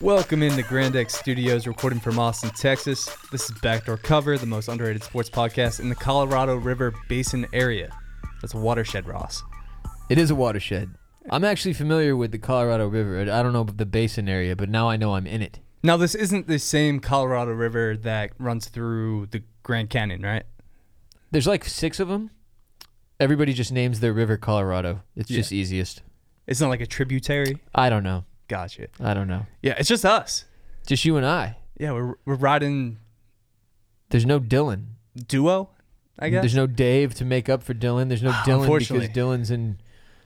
Welcome into Grand X Studios, recording from Austin, Texas. This is Backdoor Cover, the most underrated sports podcast in the Colorado River Basin area. That's a watershed, Ross. It is a watershed. I'm actually familiar with the Colorado River. I don't know about the basin area, but now I know I'm in it. Now, this isn't the same Colorado River that runs through the Grand Canyon, right? There's like six of them. Everybody just names their river Colorado. It's Yeah. just easiest. It's not like a tributary. I don't know. Gotcha. I don't know. Yeah, it's just us. Just you and I. Yeah, we're, we're riding There's no Dylan. duo, I guess. Mm, There's no Dave to make up for Dylan. There's no Dylan because Unfortunately. Dylan's in.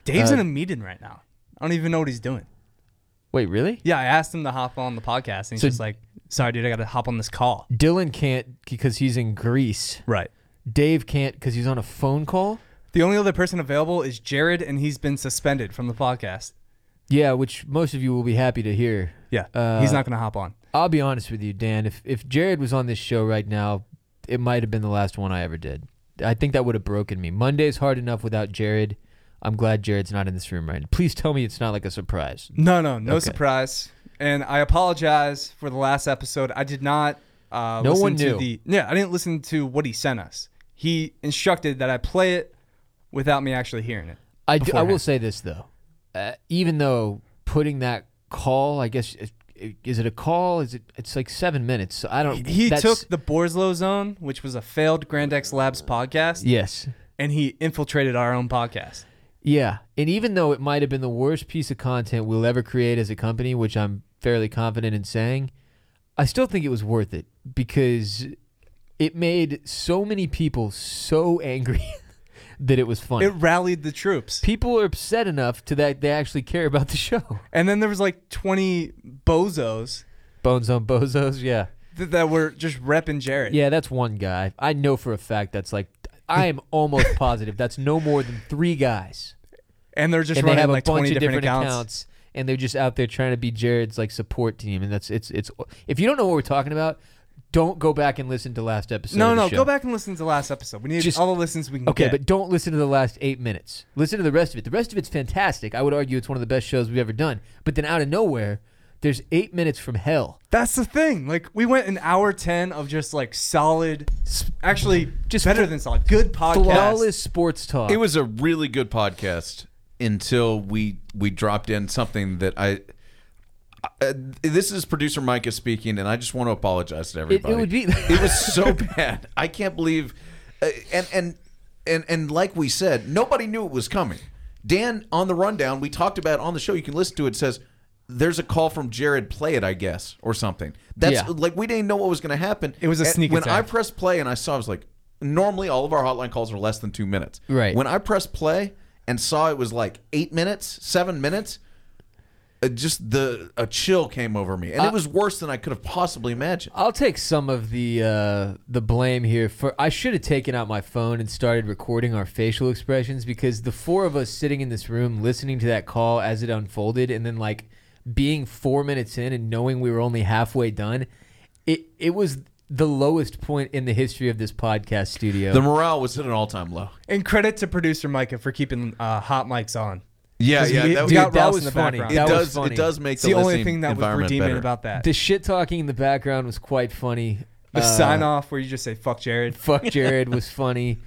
Dave's uh, in a meeting right now. I don't even know what he's doing. Wait, really? Yeah, I asked him to hop on the podcast, and he's So- just like, sorry, dude, I got to hop on this call. Dylan can't because he's in Greece. Right. Dave can't because he's on a phone call. The only other person available is Jared, and he's been suspended from the podcast. Yeah, which most of you will be happy to hear. Yeah, Uh, he's not going to hop on. I'll be honest with you, Dan. If if Jared was on this show right now, it might have been the last one I ever did. I think that would have broken me. Monday's hard enough without Jared. I'm glad Jared's not in this room right now. Please tell me it's not like a surprise. No, no, no Okay. surprise. And I apologize for the last episode. I did not. Uh, No listen one To knew. the, yeah, I didn't listen to what he sent us. He instructed that I play it without me actually hearing it. I, do- I will Beforehand. say this though, uh, even though putting that call, I guess is- is it a call? Is it? It's like seven minutes. So I don't. He that's- took the Borslow Zone, which was a failed Grand X Labs podcast, Yes. and he infiltrated our own podcast. Yeah, and even though it might have been the worst piece of content we'll ever create as a company, which I'm fairly confident in saying, I still think it was worth it because it made so many people so angry that it was funny. It rallied the troops. people are upset enough to that they actually care about the show. And then there was like 20 bozos Bones on bozos, yeah. th- that were just repping Jared. Yeah, that's one guy. I know for a fact that's like I am almost positive that's no more than 3 guys. And they're just and they running have like a bunch 20 of different, accounts. and they're just out there trying to be Jared's like support team, and that's it's it's. If you don't know what we're talking about, don't go back and listen to last episode. No, of the no, show. go back and listen to the last episode. We need Just- all the listens we can Okay, get. but don't listen to the last eight minutes. Listen to the rest of it. The rest of it's fantastic. I would argue it's one of the best shows we've ever done. But then out of nowhere, there's eight minutes from hell. that's the thing. Like we went an hour 10 of just like solid, S- actually Just better fl- than solid, good podcast. Flawless sports talk. It was a really good podcast until we we dropped in something that I. Uh, this is producer Micah speaking, and I just want to apologize to It, everybody. it would be. It was so bad. I can't believe, uh, and and and and like we said, nobody knew it was coming. Dan on the rundown we talked about on the show. You can listen to it. Says there's a call from Jared. Play it, I guess, or something. That's Yeah. like we didn't know what was going to happen. It was a And sneak When I attack. pressed play and I saw, I was like, normally all of our hotline calls are less than two minutes. Right. When I pressed play and saw it was like eight minutes, seven minutes. uh, Just the a chill came over me, Uh, and it was worse than I could have possibly imagined. I'll take some of the uh, the blame here for I should have taken out my phone and started recording our facial expressions because the four of us sitting in this room listening to that call as it unfolded and then like being 4 minutes in and knowing we were only halfway done it it was the lowest point in the history of this podcast studio. The morale was at an all-time low. And credit to producer Micah for keeping uh, hot mics on. Yeah, 'Cause we- that we was- got Dude, that Ross was in the funny. background. it that was does. funny. It does make It's the only listening thing that was environment redeeming better. about that. the shit talking in the background was quite funny. the Uh, sign off where you just say fuck Jared. fuck Jared was funny.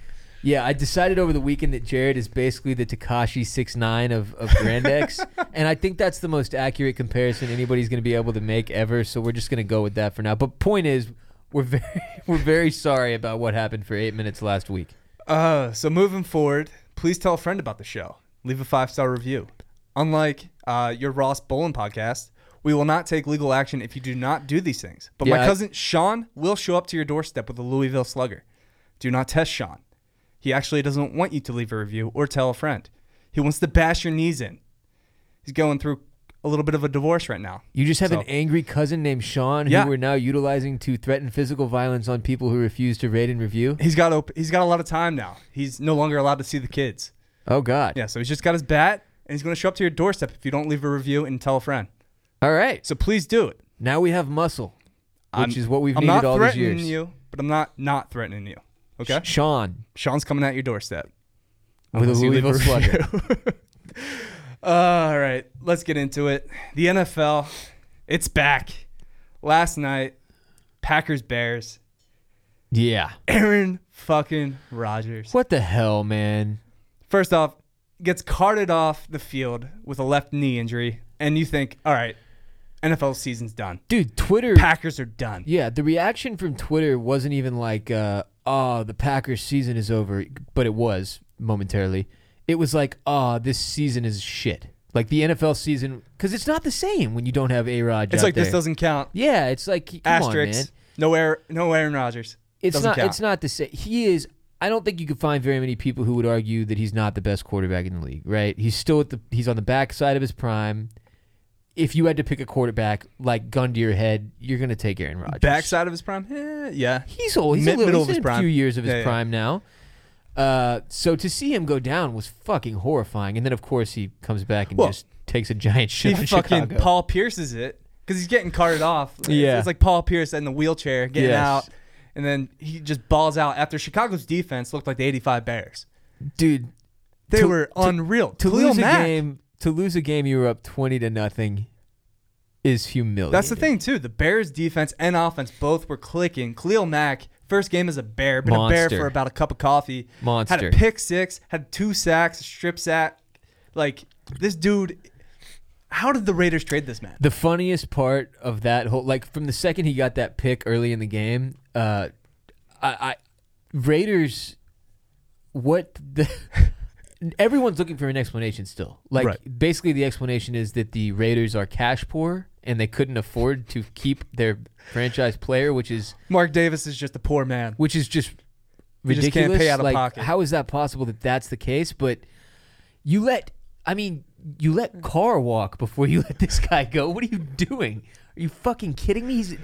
Yeah, I decided over the weekend that Jared is basically the Takashi six nine of, of Grand X. and I think that's the most accurate comparison anybody's gonna be able to make ever. So we're just gonna go with that for now. But point is we're very we're very sorry about what happened for eight minutes last week. Uh, so moving forward, please tell a friend about the show. Leave a five star review. Unlike uh, your Ross Bolin podcast, we will not take legal action if you do not do these things. But Yeah, my I- cousin Sean will show up to your doorstep with a Louisville slugger. Do not test Sean. He actually doesn't want you to leave a review or tell a friend. He wants to bash your knees in. He's going through a little bit of a divorce right now. You just have So- an angry cousin named Sean Yeah. who we're now utilizing to threaten physical violence on people who refuse to rate and review. He's got op- he's got a lot of time now. He's no longer allowed to see the kids. Oh God. Yeah, so he's just got his bat and he's going to show up to your doorstep if you don't leave a review and tell a friend. All right. So please do it. Now we have muscle, which I'm- is what we've I'm needed not all these threatening years. you, but I'm not not threatening you. Okay, Sean Sean's coming at your doorstep with a Unless you leave Louisville slugger. review. All right, let's get into it. The NFL. It's back. Last night, Packers Bears. Yeah. Aaron fucking Rodgers. What the hell, man? First off, gets carted off the field with a left knee injury, and you think, all right, NFL season's done. Dude, Twitter. Packers are done. yeah, the reaction from Twitter wasn't even like, uh, oh, the Packers season is over, but it was momentarily. It was like, oh, this season is shit. Like the NFL season, because it's not the same when you don't have A Rod. It's like this doesn't count. Yeah, it's like, come on, man. Asterisks. No air. No Aaron Rodgers. It's Doesn't not. count. It's not the same. He is. I don't think you could find very many people who would argue that he's not the best quarterback in the league. Right? He's still at the. He's on the backside of his prime. If you had to pick a quarterback, like gun to your head, you're gonna take Aaron Rodgers. Backside of his prime. Eh, yeah. He's old. He's Mid- a little. middle he's of his in a prime. few years of his Yeah, yeah. prime now. Uh, so to see him go down was fucking horrifying. And then of course he comes back and Well, just takes a giant He shit on fucking Chicago. Paul Pierces it because he's getting carted off. It's- Yeah. It's like Paul Pierce in the wheelchair getting Yes. out, and then he just balls out after Chicago's defense looked like the '85 Bears. Dude, They To- were to- unreal. to Khalil lose a Mack- game to lose a game you were up 20 to nothing is humiliating That's the thing too. The Bears defense and offense both were clicking. Khalil Mack, first game as a bear, been a Monster. bear for about a cup of coffee. Monster. Had a pick six, had two sacks, a strip sack. Like this dude how did the Raiders trade this man? the funniest part of that whole like from the second he got that pick early in the game uh i, I raiders what the everyone's looking for an explanation still like Right. basically the explanation is that the raiders are cash poor and they couldn't afford to keep their franchise player which is Mark Davis is just a poor man. which is just You ridiculous. just can't pay out of like, pocket. How is that possible that that's the case? But you let, I mean, you let Carr walk before you let this guy go. What are you doing? Are you fucking kidding me? He's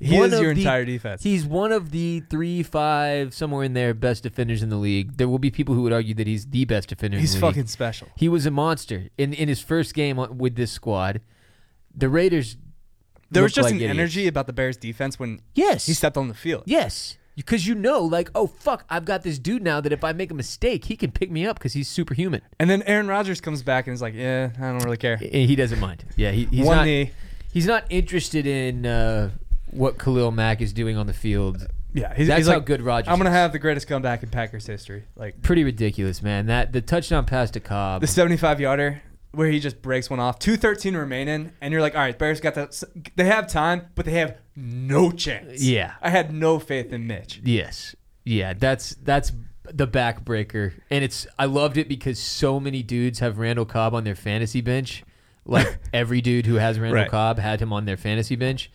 He one is of your the- entire defense. He's one of the three, five, somewhere in there, best defenders in the league. There will be people who would argue that he's the best defender. He's in the league. fucking special. He was a monster in in his first game on- with this squad. The Raiders. There was looked just like an idiots. energy about the Bears defense when Yes, he stepped on the field. Yes, because you know, like, oh fuck, I've got this dude now that if I make a mistake, he can pick me up because he's superhuman. And then Aaron Rodgers comes back and is like, "Yeah, I don't really care." And he doesn't mind. Yeah, he, he's One not. knee. He's not interested in uh, what Khalil Mack is doing on the field. Yeah, he's, That's he's how like, good Rodgers. I'm going to is. have the greatest comeback in Packers history. Like pretty ridiculous, man. That the touchdown pass to Cobb. the 75 yarder where he just breaks one off 213 remaining and you're like all right bears got that they have time but they have no chance Yeah. i had no faith in mitch Yes. Yeah, that's that's the backbreaker. And it's I loved it because so many dudes have Randall Cobb on their fantasy bench. Like every dude who has Randall Right. Cobb had him on their fantasy bench.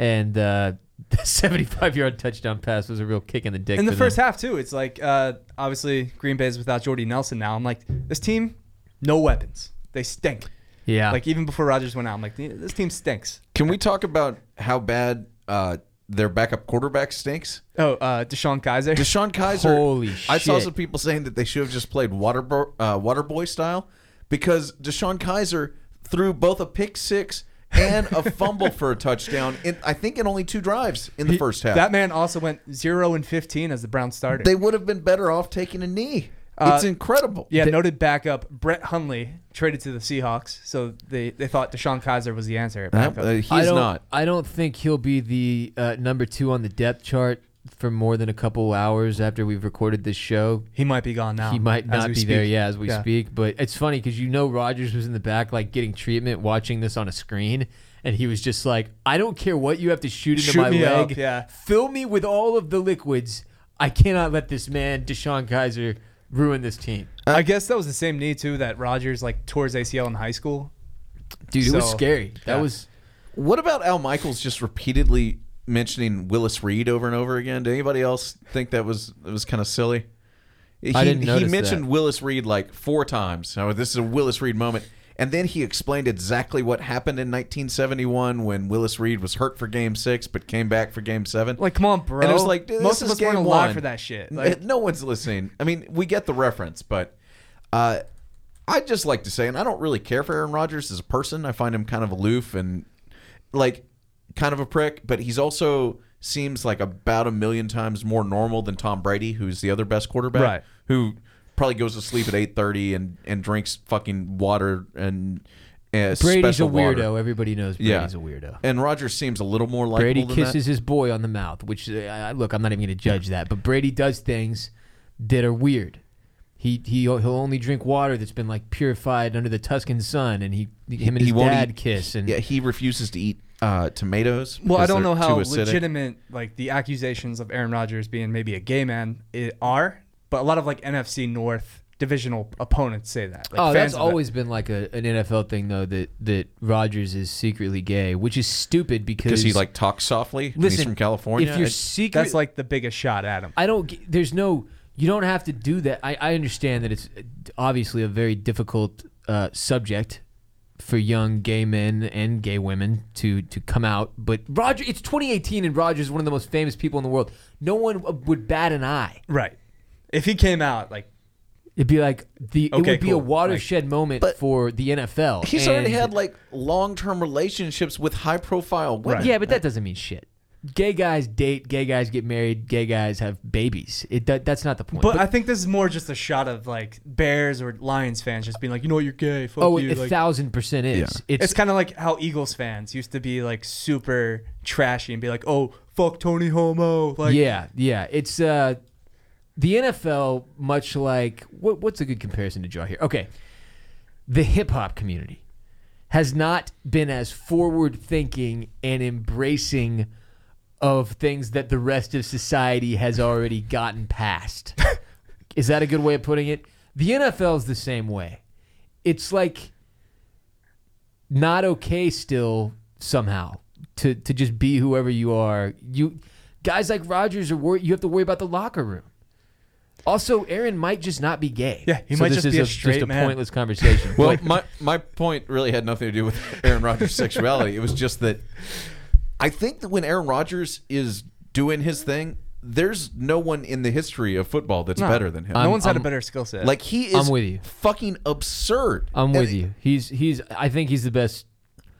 And uh the 75 yard touchdown pass was a real kick in the dick. in the for first them. half too it's like uh, obviously green bay is without jordy nelson now i'm like this team no weapons they stink yeah, like even before rogers went out i'm like this team stinks Can we talk about how bad uh, their backup quarterback stinks? oh uh, deshaun kaiser Deshaun Kaiser. Holy I saw shit. some people saying that they should have just played water bo- uh, Waterboy style because Deshaun Kaiser threw both a pick six and a fumble for a touchdown. In, I think in only two drives in the first half. that man also went 0 and 15 as the brown starter they would have been better off taking a knee. Uh, it's incredible. Yeah, noted backup Brett Hundley traded to the Seahawks, so they, they thought Deshaun Kaiser was the answer. At That- backup. uh, he I is don't, not. I don't think he'll be the uh, number 2 on the depth chart for more than a couple hours after we've recorded this show he might be gone now. He might Um, as not we be there, speak. yeah, as we speak. But it's funny because you know Rogers was in the back, like getting treatment, watching this on a screen, and he was just like, "I don't care what you have to shoot into Shoot my me leg. up, yeah. Fill me with all of the liquids. I cannot let this man, Deshaun Kaiser, ruin this team." I guess that was the same knee too that Rogers like tore his ACL in high school. Dude, it was So, scary. That yeah. was What about Al Michaels just repeatedly mentioning Willis Reed over and over again? Did anybody else think that was it was kind of silly? He, didn't notice he mentioned that. Willis Reed like four times. Now this is a Willis Reed moment, and then he explained exactly what happened in 1971 when Willis Reed was hurt for Game Six but came back for Game Seven. Like, come on, bro. and it was like this most of is us game weren't alive one. for that shit. N- Like, no one's listening. I mean, we get the reference, but uh, I'd just like to say, and I don't really care for Aaron Rodgers as a person. I find him kind of aloof and like kind of a prick, but he's also seems like about a million times more normal than Tom Brady, who's the other best quarterback, Right. who probably goes to sleep at eight thirty and and drinks fucking water and uh, Brady's a special weirdo. water. Everybody knows Yeah. Brady's a weirdo. And Roger seems a little more like Brady kisses his boy on the mouth, which uh, I- look, I'm not even going to judge that, but Brady does things that are weird. He he he'll only drink water that's been like purified under the Tuscan sun, and he him and He his won't dad eat- kiss, and Yeah, he refuses to eat uh, tomatoes. Well, I 'cause don't they're know how too acidic. legitimate like the accusations of Aaron Rodgers being maybe a gay man i are, but a lot of like NFC North divisional opponents say that. Like, oh, fans that's of the- always been like a, an NFL thing though that that Rogers is secretly gay, which is stupid because because he like talks softly. and listen he's from California. If you're and- secret, that's like the biggest shot at him. I don't. g- There's no. You don't have to do that. I, I understand that it's obviously a very difficult uh, subject for young gay men and gay women to to come out. But Roger, it's 2018, and Roger's one of the most famous people in the world. No one w- would bat an eye. Right. If he came out like It'd be like the. it Okay, would be a cool. watershed moment But for the NFL. he's already and- had like long-term relationships with high-profile women. Yeah, but that doesn't mean shit. Gay guys date. Gay guys get married. Gay guys have babies. It that, that's not the point. but, I think this is more just a shot of like Bears or Lions fans just being like, you know, you're gay. Fuck oh, you. a Like, thousand percent is. It's, it's kind of like how Eagles fans used to be like super trashy and be like, oh, fuck Tony Homo. Like, yeah, yeah. It's uh, the NFL, much like what, what's a good comparison to draw here? Okay, the hip hop community has not been as forward thinking and embracing of things that the rest of society has already gotten past. is that a good way of putting it? The NFL is the same way. It's like not okay still somehow to to just be whoever you are. You guys like Rogers are worried. You have to worry about the locker room. Also, Aaron might just not be gay. Yeah, he So might this just is be a just straight a man. pointless conversation. Well, Like, my my point really had nothing to do with Aaron Rodgers' sexuality. It was just that I think that when Aaron Rodgers is doing his thing, there's no one in the history of football that's better than him. No I'm- one's had I'm- a better skill set. like he is I'm with you. fucking absurd. I'm And with you. He's he's. I think he's the best.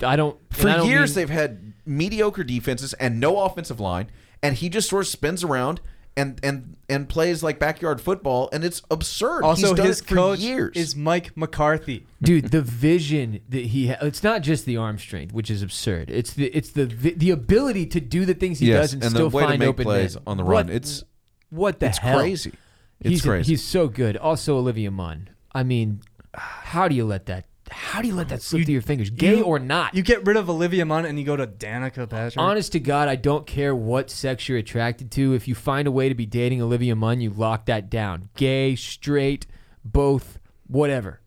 I don't. and For I don't years mean- they've had mediocre defenses and no offensive line, and he just sort of spins around and and and plays like backyard football, and it's absurd. also, He's done his it for coach years. is Mike McCarthy. dude the vision that he ha- it's not just the arm strength which is absurd it's the it's the vi- the ability to do the things he Yes, does and, and the still way to find make open plays men. on the What- run. It's- what the it's hell crazy. It's he's, crazy. he's so good also olivia munn i mean how do you let that how do you let that slip through your fingers gay you- or not You get rid of Olivia Munn and you go to Danica Patrick. honest to god i don't care what sex you're attracted to if you find a way to be dating olivia munn you lock that down gay straight both whatever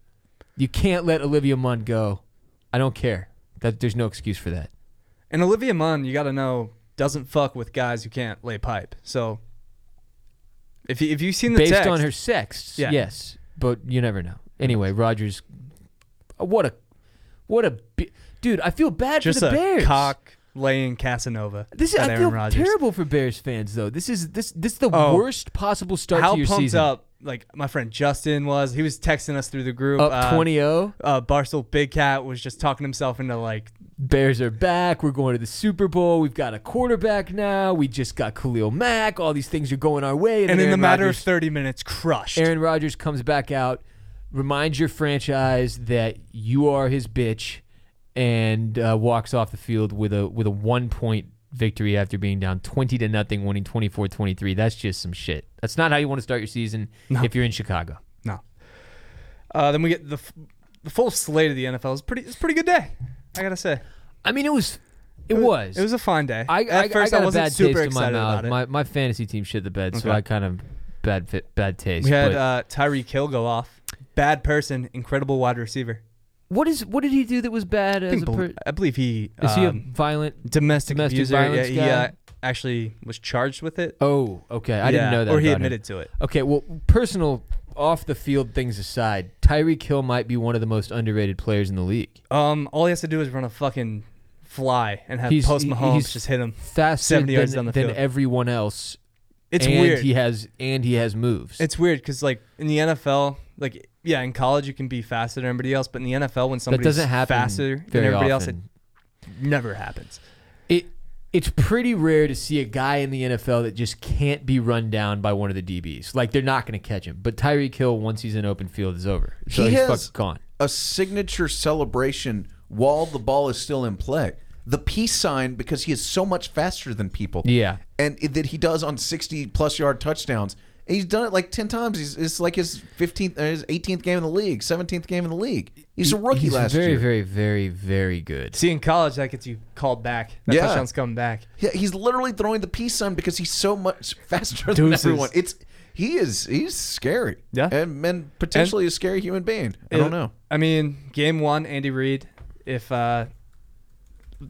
you can't let olivia munn go i don't care that there's no excuse for that and Olivia Munn, you got to know, doesn't fuck with guys who can't lay pipe. So if you, if you've seen the based text, on her sex Yeah. yes but you never know anyway rogers uh, what a what a bi- dude i feel bad just for the a bears cock laying Casanova. this is, at I Aaron feel Rodgers. terrible for Bears fans though. This is this this is the Oh. worst possible start How to your pumped season. up like my friend Justin was. He was texting us through the group. Up oh? Uh, 20-0. Uh, Barcel Big Cat was just talking himself into like Bears are back. We're going to the Super Bowl. We've got a quarterback now. We just got Khalil Mack. All these things are going our way. and in the Aaron matter Rodgers- of 30 minutes crushed. Aaron Rodgers comes back out, reminds your franchise that you are his bitch, and uh, walks off the field with a with a one point victory after being down 20 to nothing, winning 24-23. That's just some shit. That's not how you want to start your season if you're in Chicago. No. Uh, then we get the f- the full slate of the NFL. It's pretty. It's a pretty good day. I gotta say, I mean, it was it was it was a fine day. I, At I, first, I got I a wasn't bad super taste in my excited mouth. about it. My my fantasy team shit the bed, so Okay. I kind of bad fit, bad taste. we had but- uh, Tyreek Hill go off. Bad person, incredible wide receiver. what is what did he do that was bad? I, As think a bel- per- I believe he is he a um, violent? domestic, domestic abuser. violence yeah, guy? he uh, actually was charged with it. Oh, okay. I didn't Yeah, know that. Or he about him. admitted to it. Okay, well, personal off the field things aside, Tyreek Hill might be one of the most underrated players in the league. Um, all he has to do is run a fucking fly and have He's- post he- Mahomes he's- just hit him. Faster 70 yards than, down the than field. everyone else. It's and weird. He has and he has moves. It's weird because like in the NFL, like yeah, in college you can be faster than everybody else, but in the NFL, when that somebody's doesn't happen faster than very everybody else, often. it never happens. It it's pretty rare to see a guy in the NFL that just can't be run down by one of the DBs. Like they're not going to catch him. But Tyreek Hill, once he's in open field, is over. So He he's has- fucking gone. a signature celebration while the ball is still in play. The peace sign because he is so much faster than people. Yeah. and it, that he does on sixty plus yard touchdowns. And he's done it like ten times. He's it's like his fifteenth, uh, his eighteenth game in the league, seventeenth game in the league. He's a rookie He's last very, year. very, very, very good. See, in college, that gets you called back. That Yeah. touchdown's coming back. Yeah, he's literally throwing the peace sign because he's so much faster than Deuces. everyone. It's he is he's scary. Yeah. and, and potentially a scary human being. I It- don't know. I mean, game one, Andy Reid. If uh, th-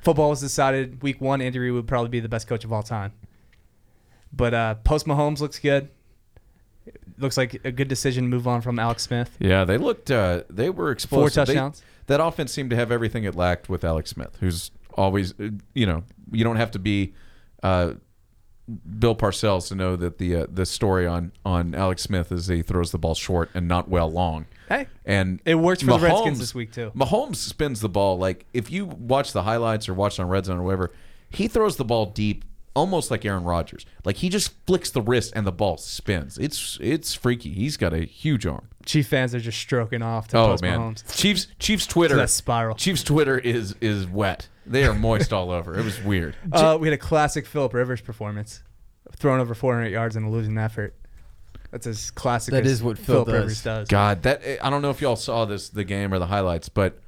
football was decided week one, Andy Reid would probably be the best coach of all time. But uh, post Mahomes looks good. Looks like a good decision. to Move on from Alex Smith. Yeah, they looked. Uh, they were explosive. They- touchdowns. that offense seemed to have everything it lacked with Alex Smith, who's always, uh, you know, you don't have to be uh, Bill Parcells to know that the uh, the story on on Alex Smith is that he throws the ball short and not well long. Hey, And It worked for the Redskins this week, too. Mahomes spins the ball like if you watch the highlights or watch it on Red Zone or whatever, he throws the ball deep, almost like Aaron Rodgers. Like he just flicks the wrist and the ball spins. It's it's freaky. He's got a huge arm. Chief fans are just stroking off to Oh post man, Mahomes. Chiefs Chiefs Twitter That spiral. Chiefs Twitter is is wet. They are moist all over. It was weird. Uh, we had a classic Philip Rivers performance, throwing over 400 yards in a losing effort. That's as classic. That as is what Phil does. Rivers does. God, that I don't know if y'all saw this the game or the highlights, but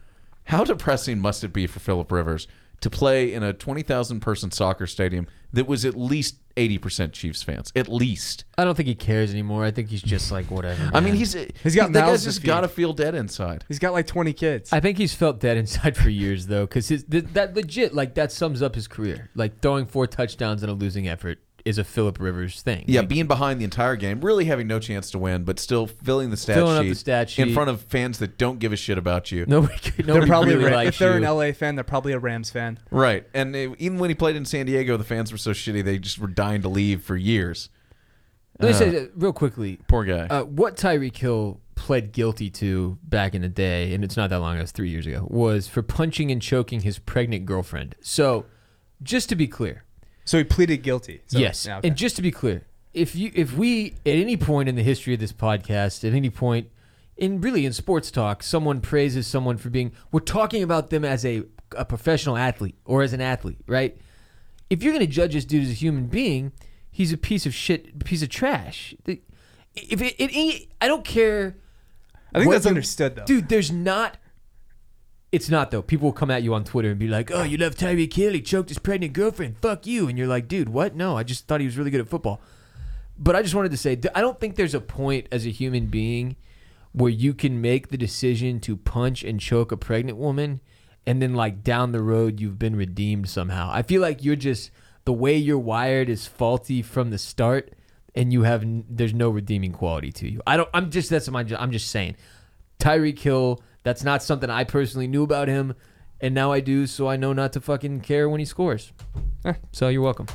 how depressing must it be for Philip Rivers to play in a twenty thousand person soccer stadium that was at least eighty percent Chiefs fans, at least. I don't think he cares anymore. I think he's just like whatever. I mean, man. he's He's got that mouths guy's to just feed. got to feel dead inside. He's got like 20 kids. I think he's felt dead inside for years though, because his th- that legit like that sums up his career. Like throwing four touchdowns in a losing effort is a Philip Rivers thing. Yeah, being behind the entire game, really having no chance to win, but still filling the stat, Filling sheet, up the stat in sheet. front of fans that don't give a shit about you. nobody. could- they're Nobody probably really Ra- likes if they're you. an LA fan, they're probably a Rams fan. Right. And they, even when he played in San Diego, the fans were so shitty they just were dying to leave for years. Let me say uh, real quickly. Poor guy. Uh, what Tyreek Hill pled guilty to back in the day, and it's not that long ago, it was three years ago, was for punching and choking his pregnant girlfriend. So, just to be clear, So he pleaded guilty. So, yes, yeah, okay. and just to be clear, if you if we at any point in the history of this podcast, at any point in really in sports talk, someone praises someone for being, we're talking about them as a a professional athlete or as an athlete, right? If you're going to judge this dude as a human being, he's a piece of shit, piece of trash. The- If it, it, it I don't care. I think What that's the- understood though. Dude, there's not. It's not though. People will come at you on Twitter and be like, "Oh, you love Tyreek Hill? He choked his pregnant girlfriend. Fuck you!" And you're like, "Dude, what? No, I just thought he was really good at football." But I just wanted to say, th- I don't think there's a point as a human being where you can make the decision to punch and choke a pregnant woman, and then like down the road you've been redeemed somehow. I feel like you're just the way you're wired is faulty from the start, and you have n- there's no redeeming quality to you. I don't. I'm just that's my. ju- I'm just saying. Tyreek Hill, that's not something I personally knew about him, and now I do, so I know not to fucking care when he scores. Eh. So you're welcome.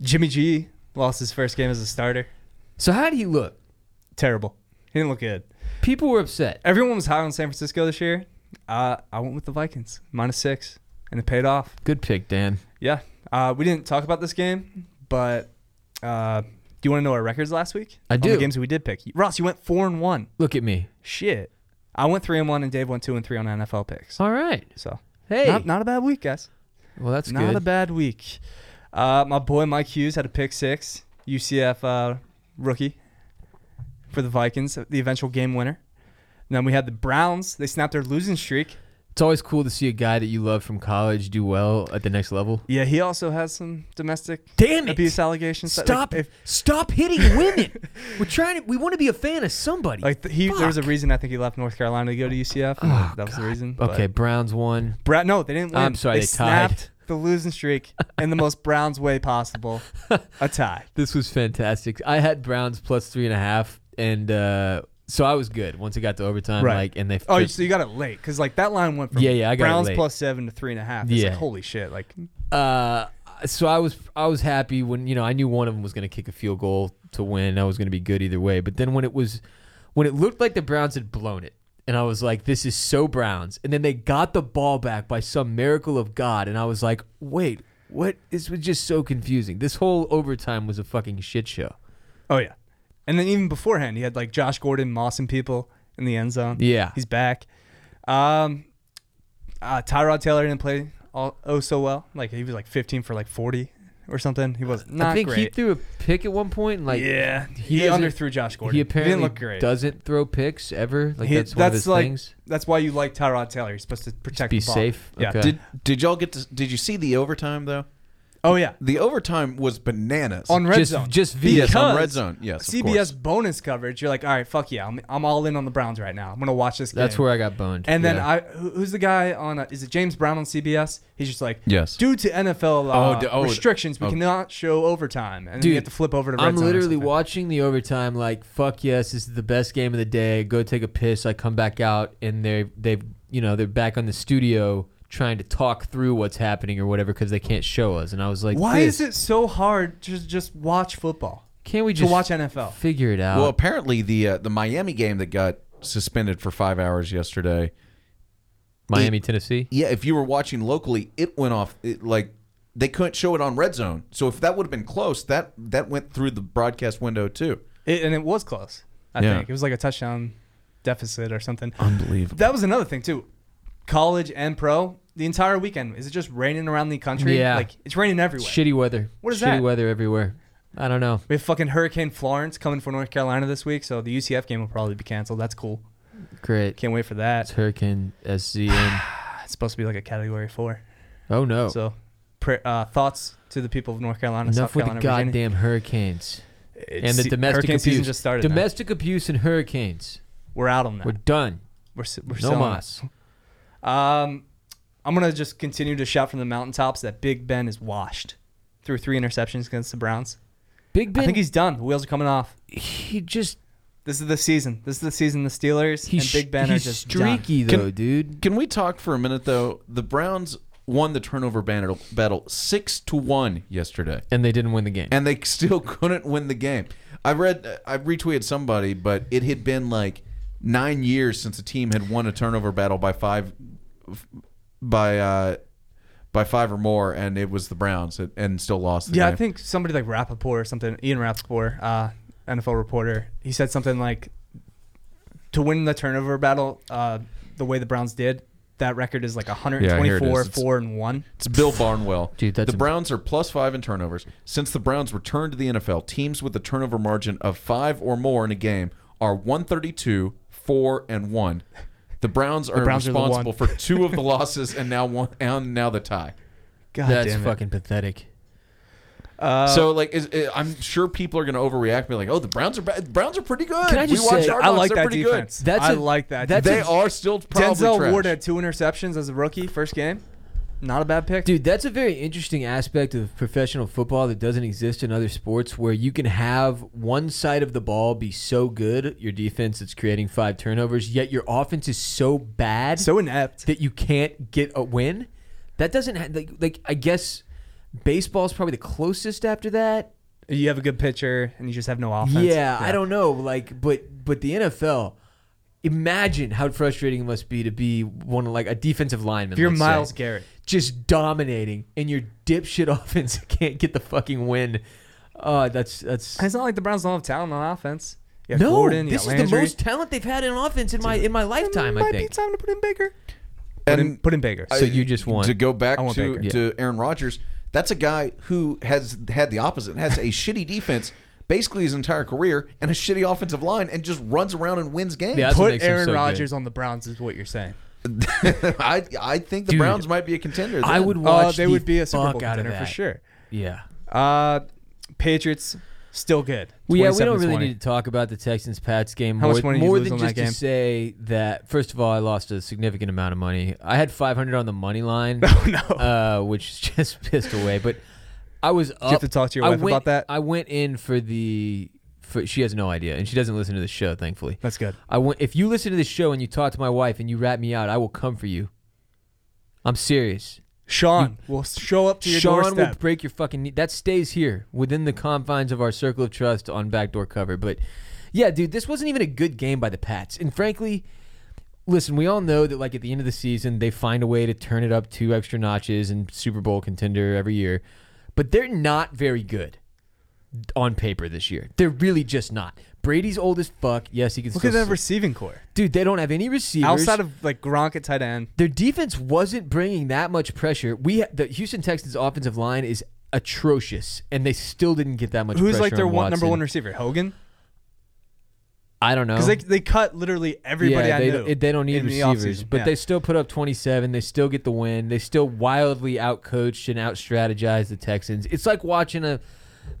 Jimmy G lost his first game as a starter. So how do you look? Terrible. He didn't look good. People were upset. Everyone was high on San Francisco this year. Uh, I went with the Vikings minus six, and it paid off. Good pick, Dan. Yeah. Uh, we didn't talk about this game, but uh, do you want to know our records last week? I On do. the games we did pick. Ross, you went four and one. Look at me. Shit. I went three and one, and Dave went two and three on NFL picks. All right. So Hey. not not a bad week, guys. well, that's not good. a bad week. Uh, my boy Mike Hughes had a pick six, UCF uh, rookie for the Vikings, uh, the eventual game winner. And then we had the Browns. They snapped their losing streak. it's always cool to see a guy that you love from college do well at the next level. Yeah, he also has some domestic Damn it. abuse allegations. Like- Stop! if- stop hitting women. We're trying to. We want to be a fan of somebody. Like th- he, there was a Fuck. reason I think he left North Carolina to go to UCF. and Oh, that was the reason. but- Okay, Browns won. Bra- no, they didn't win. I'm sorry, they tied. snapped the losing streak in the most Browns way possible. A tie. This was fantastic. I had Browns plus three and a half, and uh, so I was good once it got to overtime. Right. Like, and they. Oh, they- so you got it late because like that line went from Yeah, yeah, I got it Browns late. plus seven to three and a half. It's Yeah. like, holy shit! Like uh, so I was I was happy when you know I knew one of them was going to kick a field goal to win. I was going to be good either way. But then when it was when it looked like the Browns had blown it, and I was like, "This is so Browns." And then they got the ball back by some miracle of God, and I was like, "Wait, what?" This was just so confusing. This whole overtime was a fucking shit show. Oh yeah. And then even beforehand, he had like Josh Gordon mossing people. in the end zone. Yeah. he's back. Um, uh, Tyrod Taylor didn't play all, oh so well. Like he was like 15 for like 40 or something. He was not I think great. he threw a pick at one point. And like yeah, he he, doesn't- underthrew Josh Gordon. he he apparently didn't look great. doesn't throw picks ever. Like He- that's one of his like things. that's why you like Tyrod Taylor. You're supposed to protect. be the ball. safe. Yeah. Okay. Did did y'all get to? Did you see the overtime though? Oh yeah. The overtime was bananas. On red Just- zone. just via- Yes, on Because red zone. Yes, of course. CBS bonus coverage. You're like, all right, fuck yeah, I'm, I'm all in on the Browns right now. I'm gonna watch this. Game. That's where I got boned. And then Yeah. I, who- who's the guy on? Uh, is it James Brown on CBS? He's just like, Yes. Due to NFL uh, Oh, d- oh, restrictions, we oh. cannot show overtime, and then Dude, you have to flip over to. Red I'm zone or literally something. watching the overtime. Like fuck yes, this is the best game of the day. Go take a piss. I come back out and they are they've you know they're back on the studio trying to talk through what's happening or whatever because they can't show us. And I was like, Why is this- it so hard to just watch football? Can't we to just watch NFL? Figure it out. Well, apparently the uh, the Miami game that got suspended for five hours yesterday. Miami, Tennessee. Yeah, if you were watching locally, it went off. It, like they couldn't show it on red zone. So if that would have been close, that that went through the broadcast window too. It, and it was close. I Yeah. Um, think it was like a touchdown deficit or something. Unbelievable. That was another thing too. College and pro, the entire weekend is it just raining around the country? Yeah. like it's raining everywhere. Shitty weather. What is Shitty that? weather everywhere. I don't know. We have fucking Hurricane Florence coming for North Carolina this week, so the UCF game will probably be canceled. That's cool. Great. Can't wait for It's that. Hurricane SZN. It's supposed to be like a Category Four. Oh no. So, pra- uh, thoughts to the people of North Carolina, South Enough with the Carolina, goddamn Virginia. hurricanes. It's- and the domestic hurricane abuse. season just started. now. domestic abuse and hurricanes. We're out on that. We're We're done. we're, s- we're no selling mas. it. Um, I'm gonna just continue to shout from the mountaintops that Big Ben is washed. Through three interceptions against the Browns. Big Ben. I think he's done. The wheels are coming off. he just This is the season. This is the season. The Steelers he's and Big Ben he's are just done. streaky Can- though, dude. Can we talk for a minute though? The Browns won the turnover battle, battle six to one yesterday, And they didn't win the game. and they still couldn't win the game. I read, I retweeted somebody, but it had been like nine years since a team had won a turnover battle by five, by uh, by five or more, and it was the Browns, and- and still lost. The Yeah, game. I think somebody like Rappaport or something, Ian Rappaport, uh, NFL reporter, he said something like to win the turnover battle, uh, the way the Browns did, that record is like Yeah, here it 124, is. It's- 4 and 1. It's Bill Barnwell. Dude, that's the imp- Browns are plus five in turnovers. Since the Browns returned to the NFL, teams with a turnover margin of five or more in a game are 132, 4, and 1. The Browns are Browns are the responsible one. for two of the losses and now one and now the tie. God That's ah, damn it. fucking pathetic. Uh, so like is, is- I'm sure people are going to overreact be like, "Oh, the Browns are ba- the Browns are pretty good." Can I just we watch say, our I dogs, like they're that pretty defense. That's I a- like that. good. that's They a- are still probably Denzel trash. Ward had two interceptions as a rookie, first game. Not a bad pick. Dude, that's a very interesting aspect of professional football that doesn't exist in other sports where you can have one side of the ball be so good, your defense is creating five turnovers, yet your offense is so bad so inept. that you can't get a win. That doesn't ha- like, like I guess baseball's probably the closest after that. You have a good pitcher and you just have no offense. Yeah, I don't know. Like, but but the NFL, imagine how frustrating it must be to be one of like a defensive lineman. If you're let's Miles say, Garrett. just dominating, and your dipshit offense can't get the fucking win. Uh, that's that's It's not like the Browns don't have talent on offense. You have no. Gordon, you this got is the Landry. most talent they've had in offense in my in my lifetime. It might I think. be time to put in Baker. Put, And- in, put in Baker. So you just want to go back I want to, Baker. to Aaron Rodgers. That's a guy who has had the opposite, has a shitty defense basically his entire career and a shitty offensive line and just runs around and wins games. Yeah, That's what Put makes him Aaron so good. Rodgers on the Browns is what you're saying. I, I think the Dude. Browns might be a contender. I then. would Oh, watch. they the would be a Super fuck Bowl out of contender for that. sure. Yeah. Uh, Patriots still good. Well, yeah, we don't 27 really 20. need to talk about the Texans Pats game How more, much money did you more lose than on just that to game? say that. First of all, I lost a significant amount of money. I had 500 on the money line, no. uh, which is just pissed away. But I was up. you have to talk to your I wife went- about that? I went in for the. For, she has no idea, and she doesn't listen to the show, thankfully. That's good. I went. If you listen to this show and you talk to my wife and you rat me out, I will come for you. I'm serious. Sean will show up to your Sean doorstep. will break your fucking knee. That stays here within the confines of our circle of trust on backdoor cover. But yeah, dude, this wasn't even a good game by the Pats. And frankly, listen, we all know that like at the end of the season, they find a way to turn it up two extra notches and Super Bowl contender every year. But they're not very good. on paper this year. They're really just not. Brady's old as fuck. Yes, he can. Look still at that sl- receiving core. dude. They don't have any receivers Outside of like Gronk at tight end, their defense wasn't bringing that much pressure. We the Houston Texans offensive line is atrocious, and they still didn't get that much. who's pressure like their on one, number Watson. one receiver? Hogan? I don't know. Because they, they cut literally everybody yeah, I they, knew. don't- they don't need in the receivers, offseason. but Yeah. they still put up 27. They still get the win. They still wildly outcoached and outstrategized the Texans. It's like watching a,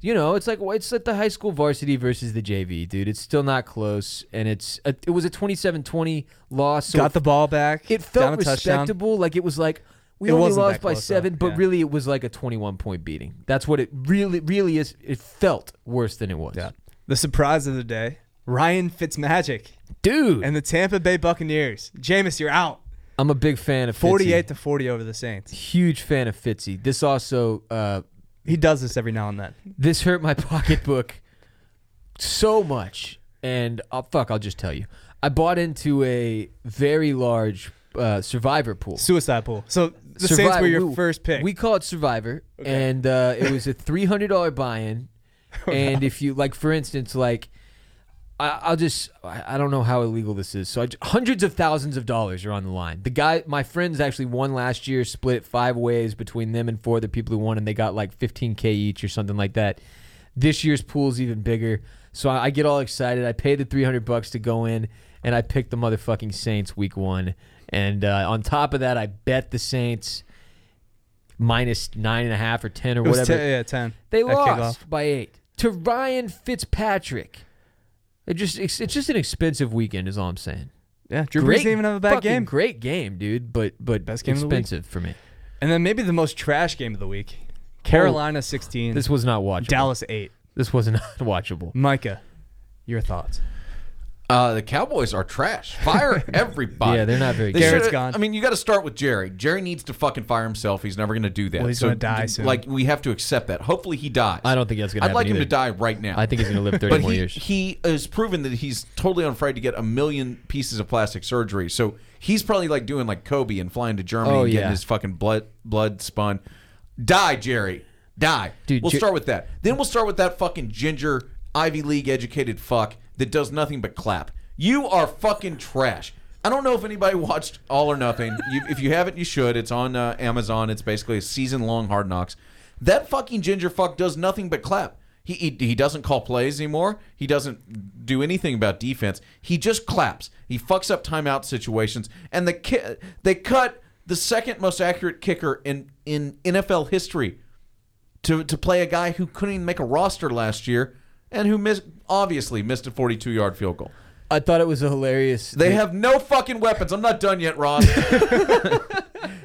you know, it's like it's like the high school varsity versus the JV, dude. It's still not close, and it's a, it was a 27-20 loss. So got the ball back. It down felt a touchdown. respectable. Like it was like we It only wasn't that lost by close, though. seven, but Yeah. really it was like a twenty-one point beating. That's what it really, really is. It felt worse than it was. Yeah. The surprise of the day, Ryan Fitzmagic Dude, and the Tampa Bay Buccaneers. Jameis, you're out. I'm a big fan of Fitzy. 48 to 40 over the Saints. Huge fan of Fitzy. This also, uh, He does this every now and then. this hurt my pocketbook so much, and oh, fuck, I'll just tell you, I bought into a very large uh, survivor pool. Suicide pool. So the Saints Survivor- were your we- first pick. We call it Survivor, and uh, it was a three hundred dollar buy-in. Oh, and if you like, for instance, like I, I'll just I, I don't know how illegal this is. So I j hundreds of thousands of dollars are on the line. The guy, my friends, actually won last year, split it five ways between them and four other people who won, and they got like fifteen k each or something like that. This year's pool's even bigger, so I, I get all excited. I pay the three hundred bucks to go in, and I pick the motherfucking Saints week one. And uh, on top of that, I bet the Saints minus nine and a half or ten or it was whatever. 10, yeah, 10. They at kickoff. lost by eight to Ryan Fitzpatrick. It just it's, it's just an expensive weekend, is all I'm saying. Yeah, Drew Brees didn't even have a bad fucking game. Great game, dude. But but Best game of the week. expensive for me. And then maybe the most trash game of the week. Carolina 16, Oh. This was not watchable. Dallas 8. This was not watchable. Micah, your thoughts. Uh, the Cowboys are trash. Fire everybody. Yeah, they're not very They good. Garrett's shoulda- gone. I mean, you got to start with Jerry. Jerry needs to fucking fire himself. He's never going to do that. Well, he's So, gonna die soon. Like we have to accept that. Hopefully, he dies. I don't think that's gonna I'd happen like him either. to die right now. I think he's gonna live thirty but more he, years. he has proven that he's totally unafraid to get a million pieces of plastic surgery. So he's probably like doing like Kobe and flying to Germany Oh, and getting yeah. his fucking blood blood spun. Die, Jerry. Die. Dude, we'll Jer- start with that. Then we'll start with that fucking ginger Ivy League educated fuck that does nothing but clap. You are fucking trash. I don't know if anybody watched All or Nothing. you, if you haven't, you should. It's on uh, Amazon. It's basically a season long Hard Knocks. That fucking ginger fuck does nothing but clap. He, he, he doesn't call plays anymore. He doesn't do anything about defense. He just claps. He fucks up timeout situations. And the ki- they cut the second most accurate kicker in, in NFL history to to play a guy who couldn't even make a roster last year and who missed obviously missed a 42 yard field goal. I thought it was a hilarious. They have no fucking weapons. I'm not done yet, Ron.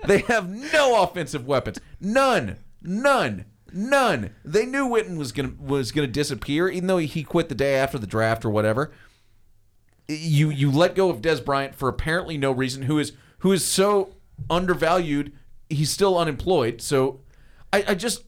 they have no offensive weapons. None. None. None. They knew Witten was gonna was gonna disappear, even though he quit the day after the draft or whatever. You you let go of Des Bryant for apparently no reason, who is who is so undervalued, he's still unemployed. So I, I just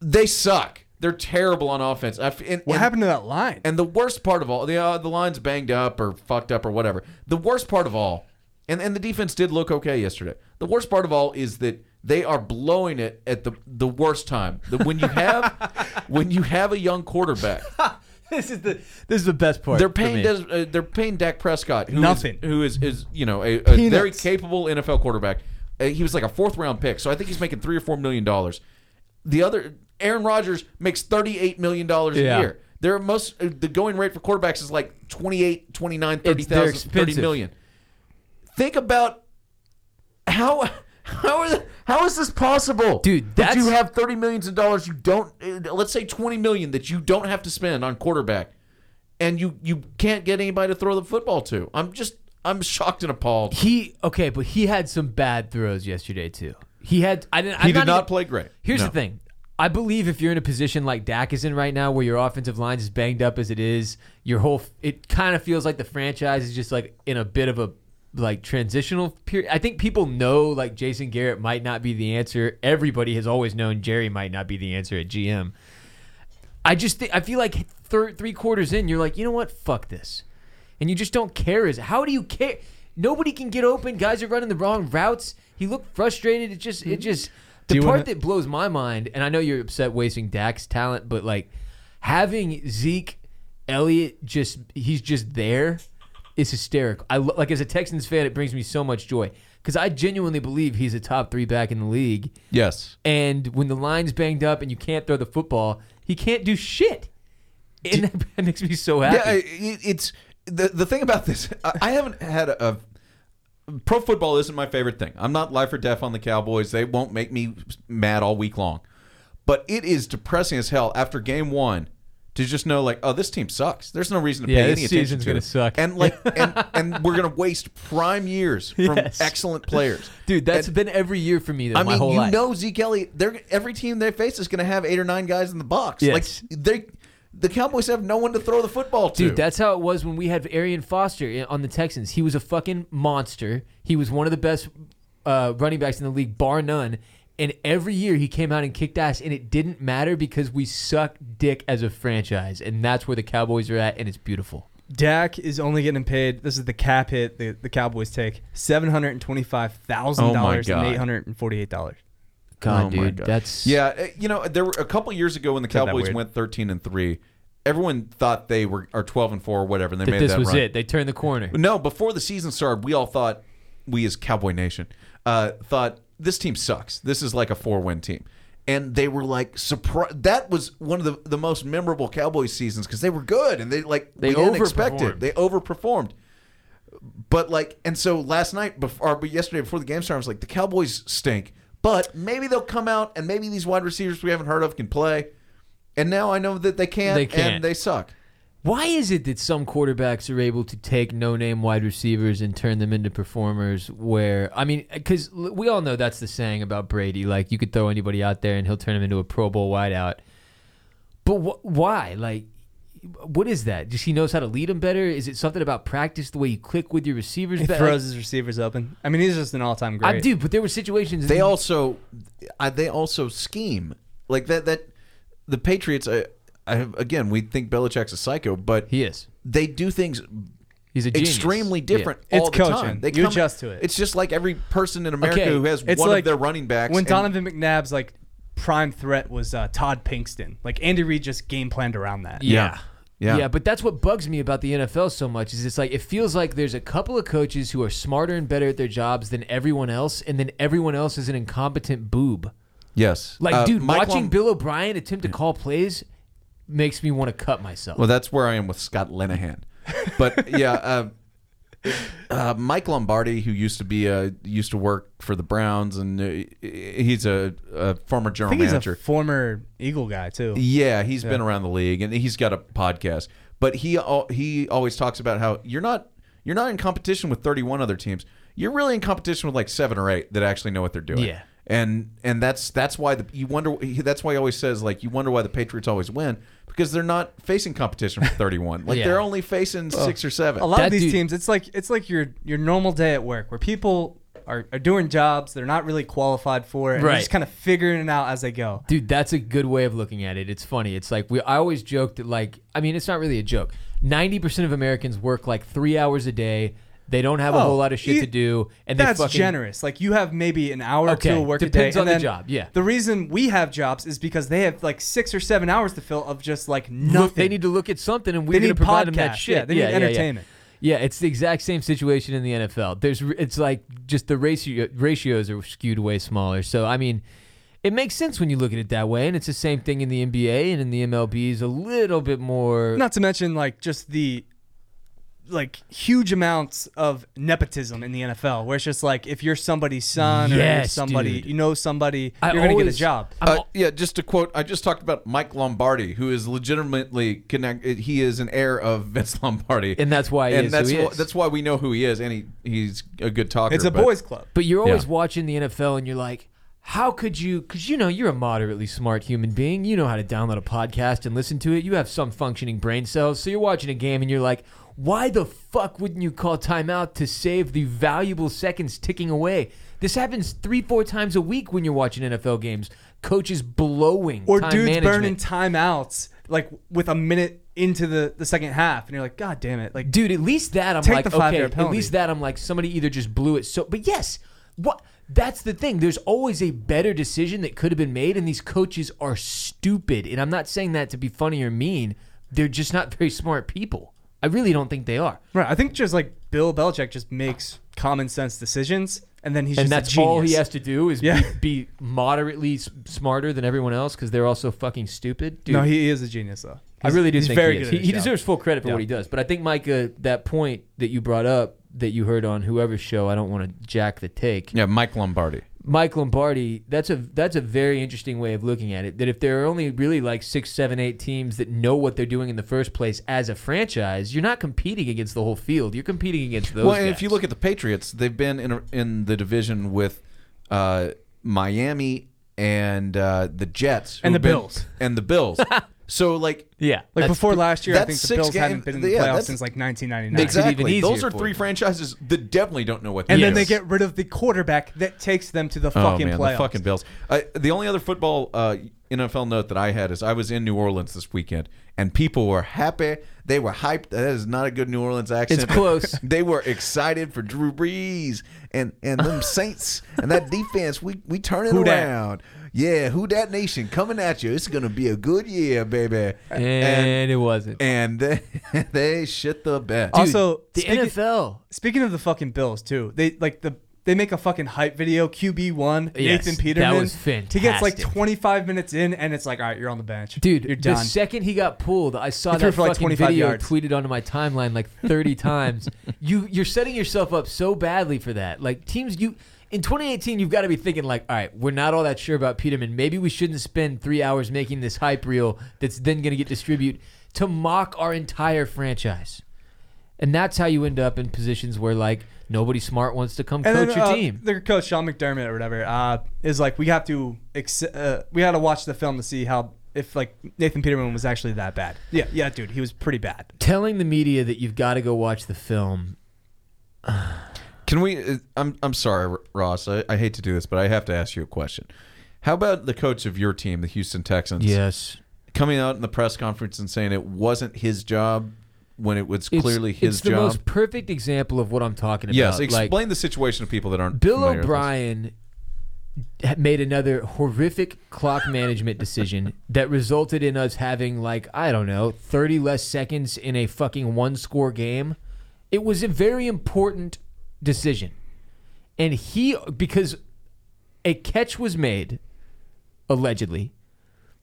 they suck. They're terrible on offense. I f- and- What and- happened to that line? and the worst part of all, the uh, the line's banged up or fucked up or whatever. The worst part of all, and, and the defense did look okay yesterday. The worst part of all is that they are blowing it at the the worst time. The, when you have when you have a young quarterback, this is the this is the best part. they're for paying me. Des, uh, they're paying Dak Prescott, who is- Nothing. who is is you know a, a Peanuts. very capable NFL quarterback. Uh, he was like a fourth round pick, so I think he's making three or four million dollars. The other Aaron Rodgers makes thirty eight million dollars a Yeah. year. Their most uh, the going rate for quarterbacks is like 28, 29, 30, It's- they're 000, 30 expensive. million. Think about how how is how is this possible, Dude, That you that's- have thirty millions of dollars. You don't. uh, Let's say twenty million that you don't have to spend on quarterback, and you you can't get anybody to throw the football to. I'm just I'm shocked and appalled. He okay, but he had some bad throws yesterday too. He had I didn't. He did not play great. Here's No. the thing. I believe if you're in a position like Dak is in right now, where your offensive line is banged up as it is, your whole f- it kind of feels like the franchise is just like in a bit of a like transitional period. I think people know like Jason Garrett might not be the answer. Everybody has always known Jerry might not be the answer at GM. I just think I feel like thir- three quarters in, you're like, you know what? Fuck this, and you just don't care. Is how do you care? Nobody can get open. Guys are running the wrong routes. He looked frustrated. It just, it just. The Hmm. you part wanna- that blows my mind, and I know you're upset wasting Dak's talent, but like having Zeke Elliott just he's just there is hysterical. I lo- like as a Texans fan, it brings me so much joy because I genuinely believe he's a top three back in the league. Yes. And when the line's banged up and you can't throw the football, he can't do shit. And that makes me so happy. Yeah, I- it, it's the the thing about this. I, I haven't had a, a- pro football isn't my favorite thing. I'm not life or death on the Cowboys. They won't make me mad all week long. But it is depressing as hell after game one to just know like, oh, this team sucks. There's no reason to Yeah, pay this any attention season's to gonna it. suck. And like, and, and we're gonna waste prime years from Yes. excellent players. Dude, that's been every year for me though, I my mean, whole you life. know Zeke Elliott. They're every team they face is going to have eight or nine guys in the box. Yes. Like they, the Cowboys have no one to throw the football to. Dude, that's how it was when we had Arian Foster in- on the Texans. He was a fucking monster. He was one of the best uh, running backs in the league, bar none. And every year he came out and kicked ass, and it didn't matter because we suck dick as a franchise, and that's where the Cowboys are at, and it's beautiful. Dak is only getting paid. This is the cap hit the, the Cowboys take seven hundred and twenty five thousand Oh my dollars and God. eight hundred and forty eight dollars. God, Oh my dude, God. that's yeah. uh, You know, there were a couple years ago when the that Cowboys weird. went thirteen and three. Everyone thought they were are twelve and four or whatever. And they that made this that was run. it. They turned the corner. No, before the season started, we all thought we as Cowboy Nation uh, thought this team sucks. This is like a four win team. And they were like surprised. That was one of the, the most memorable Cowboys seasons because they were good and they like They we didn't expect overperformed. it. They overperformed. But like, and so last night before, or yesterday before the game started, I was like, the Cowboys stink. But maybe they'll come out and maybe these wide receivers we haven't heard of can play. And now I know that they can. They can't. And they suck. Why is it that some quarterbacks are able to take no-name wide receivers and turn them into performers? Where I mean, because we all know that's the saying about Brady. Like you could throw anybody out there and he'll turn him into a Pro Bowl wideout. But wh- why? Like, what is that? Just he knows how to lead them better? Is it something about practice, the way you click with your receivers? He better? throws his receivers open. I mean, he's just an all time Like, great. I do, but there were situations. they also I, they also scheme like that that the patriots I, I have, again we think Belichick's a psycho but he is. they do things He's a genius. extremely Yeah. different It's all the coaching. time they You adjust to it. it's just like every person in america Okay, who has It's one like of their running backs When and- Donovan McNabb's like prime threat was uh, Todd Pinkston. Like Andy Reid just game planned around that. yeah yeah, Yeah, but that's what bugs me about the NFL so much is it's like it feels like there's a couple of coaches who are smarter and better at their jobs than everyone else, and then everyone else is an incompetent boob. yes Like, Uh, dude, Mike watching Lom- Bill O'Brien attempt to call plays makes me want to cut myself. well that's where i am with scott Linehan. but yeah uh, uh, Mike Lombardi, who used to be uh, used to work for the Browns, and uh, he's a, a former I general think he's manager. a former Eagle guy too. Yeah, he's been around the league and he's got a podcast. But he al- he always talks about how you're not you're not in competition with 31 other teams. You're really in competition with like seven or eight that actually know what they're doing. Yeah. And and that's that's why the you wonder that's why he always says like you wonder why the Patriots always win because they're not facing competition with 31. Like Yeah. they're only facing six or seven. A lot That of these dude- teams, it's like it's like your your normal day at work where people are, are doing jobs they're not really qualified for, and they're Right. just kind of figuring it out as they go. Dude, that's a good way of looking at it. It's funny. It's like we I always joke that like I mean, it's not really a joke. 90% of Americans work like 3 hours a day. They don't have a Oh, whole lot of shit you- to do and That's they fucking generous. Like you have maybe an hour Okay, or two of work depends a day. on and the then job, yeah. The reason we have jobs is because they have like six or seven hours to fill of just like nothing. Look, they need to look at something, and we're They going to need provide them that podcasts. shit. Yeah, they need entertainment. Yeah. it's the exact same situation in the NFL. There's, it's like just the ratio ratios are skewed way smaller. So I mean, it makes sense when you look at it that way, and it's the same thing in the NBA and in the MLB is a little bit more. Not to mention like just the like huge amounts of nepotism in the NFL, where it's just like if you're somebody's son or you're Yes, somebody dude. you know somebody, I you're gonna get a always- job. I'm Uh, yeah, just to quote, I just talked about Mike Lombardi, who is legitimately connect. He is an heir of Vince Lombardi, And that's why he and is who that's he wh- is. that's why we know who he is, and he, he's a good talker. It's a but- boys' club. But you're always Yeah. watching the NFL and you're like, how could you? Because you know you're a moderately smart human being. You know how to download a podcast and listen to it. You have some functioning brain cells. So you're watching a game and you're like, why the fuck wouldn't you call timeout to save the valuable seconds ticking away? This happens three, four times a week when you're watching NFL games. Coaches blowing or time dudes management. burning timeouts like with a minute into the the second half, and you're like, God damn it! Like dude at least that i'm Take like the five-yard okay at penalty. least that i'm like somebody either just blew it so but yes what That's the thing. There's always a better decision that could have been made, and these coaches are stupid. And I'm not saying that to be funny or mean. They're just not very smart people. I really don't think they are. Right. I think just like Bill Belichick just makes common sense decisions, and then he's and just that's a genius. all he has to do is Yeah. be, be moderately s- smarter than everyone else because they're also fucking stupid. Dude, No, he is a genius though. I really do He's think very he, is. good. He- at he his job. deserves full credit for Yeah. what he does. But I think Micah, that point that you brought up that you heard on whoever's show, I don't want to jack the take. Yeah, Mike Lombardi. Mike Lombardi, that's a that's a very interesting way of looking at it. That if there are only really like six, seven, eight teams that know what they're doing in the first place as a franchise, you're not competing against the whole field. You're competing against those. well, and if guys. you look at the Patriots, they've been in a, in the division with uh, Miami and uh, the Jets who And the have been- Bills. and the Bills. so like yeah, Like that's- before last year, I that's think the six Bills game- haven't been in the yeah, playoffs that's- since like 1999. Makes it even exactly, those easier are for three them. franchises that definitely don't know what. And they're then they doing. get rid of the quarterback that takes them to the Oh, fucking man, playoffs. The fucking Bills. I, the only other football uh, NFL note that I had is I was in New Orleans this weekend, and people were happy. They were hyped. That is not a good New Orleans accent. It's but close. They were excited for Drew Brees and and them Saints and that defense. We we turn it Who dat? around. Yeah, who that nation coming at you? It's gonna be a good year, baby. and, it wasn't. and they, they shit the bed. Dude, also, the speaking- NFL. Speaking of the fucking Bills too, they like the they make a fucking hype video. QB one Yes, Nathan that Peterman. was He gets like fantastic. 25 minutes in, and it's like, all right, you're on the bench, Dude, You're the done. second he got pulled, I saw He threw that for, like, fucking 25 video yards. tweeted onto my timeline like 30 times. You you're setting yourself up so badly for that. Like teams you in 2018 you've got to be thinking like, "All right, we're not all that sure about Peterman. Maybe we shouldn't spend 3 hours making this hype reel that's then going to get distributed to mock our entire franchise." And that's how you end up in positions where like nobody smart wants to come and coach then, your uh, team. Their coach Sean McDermott or whatever uh, is like, we have to ex- uh, we had to watch the film to see how if like Nathan Peterman was actually that bad. Yeah, yeah, dude, he was pretty bad. Telling the media that you've got to go watch the film Can we? uh, I'm I'm sorry, R- Ross. I, I hate to do this, but I have to ask you a question. How about the coach of your team, the Houston Texans, Yes. coming out in the press conference and saying it wasn't his job when it was clearly his it's the job? most perfect example of what I'm talking about. yes, Like, explain the situation to people that aren't. Bill familiar with this. O'Brien ha- made another horrific clock management decision that resulted in us having like I don't know 30 less seconds in a fucking one score game. It was a very important decision. And he because a catch was made allegedly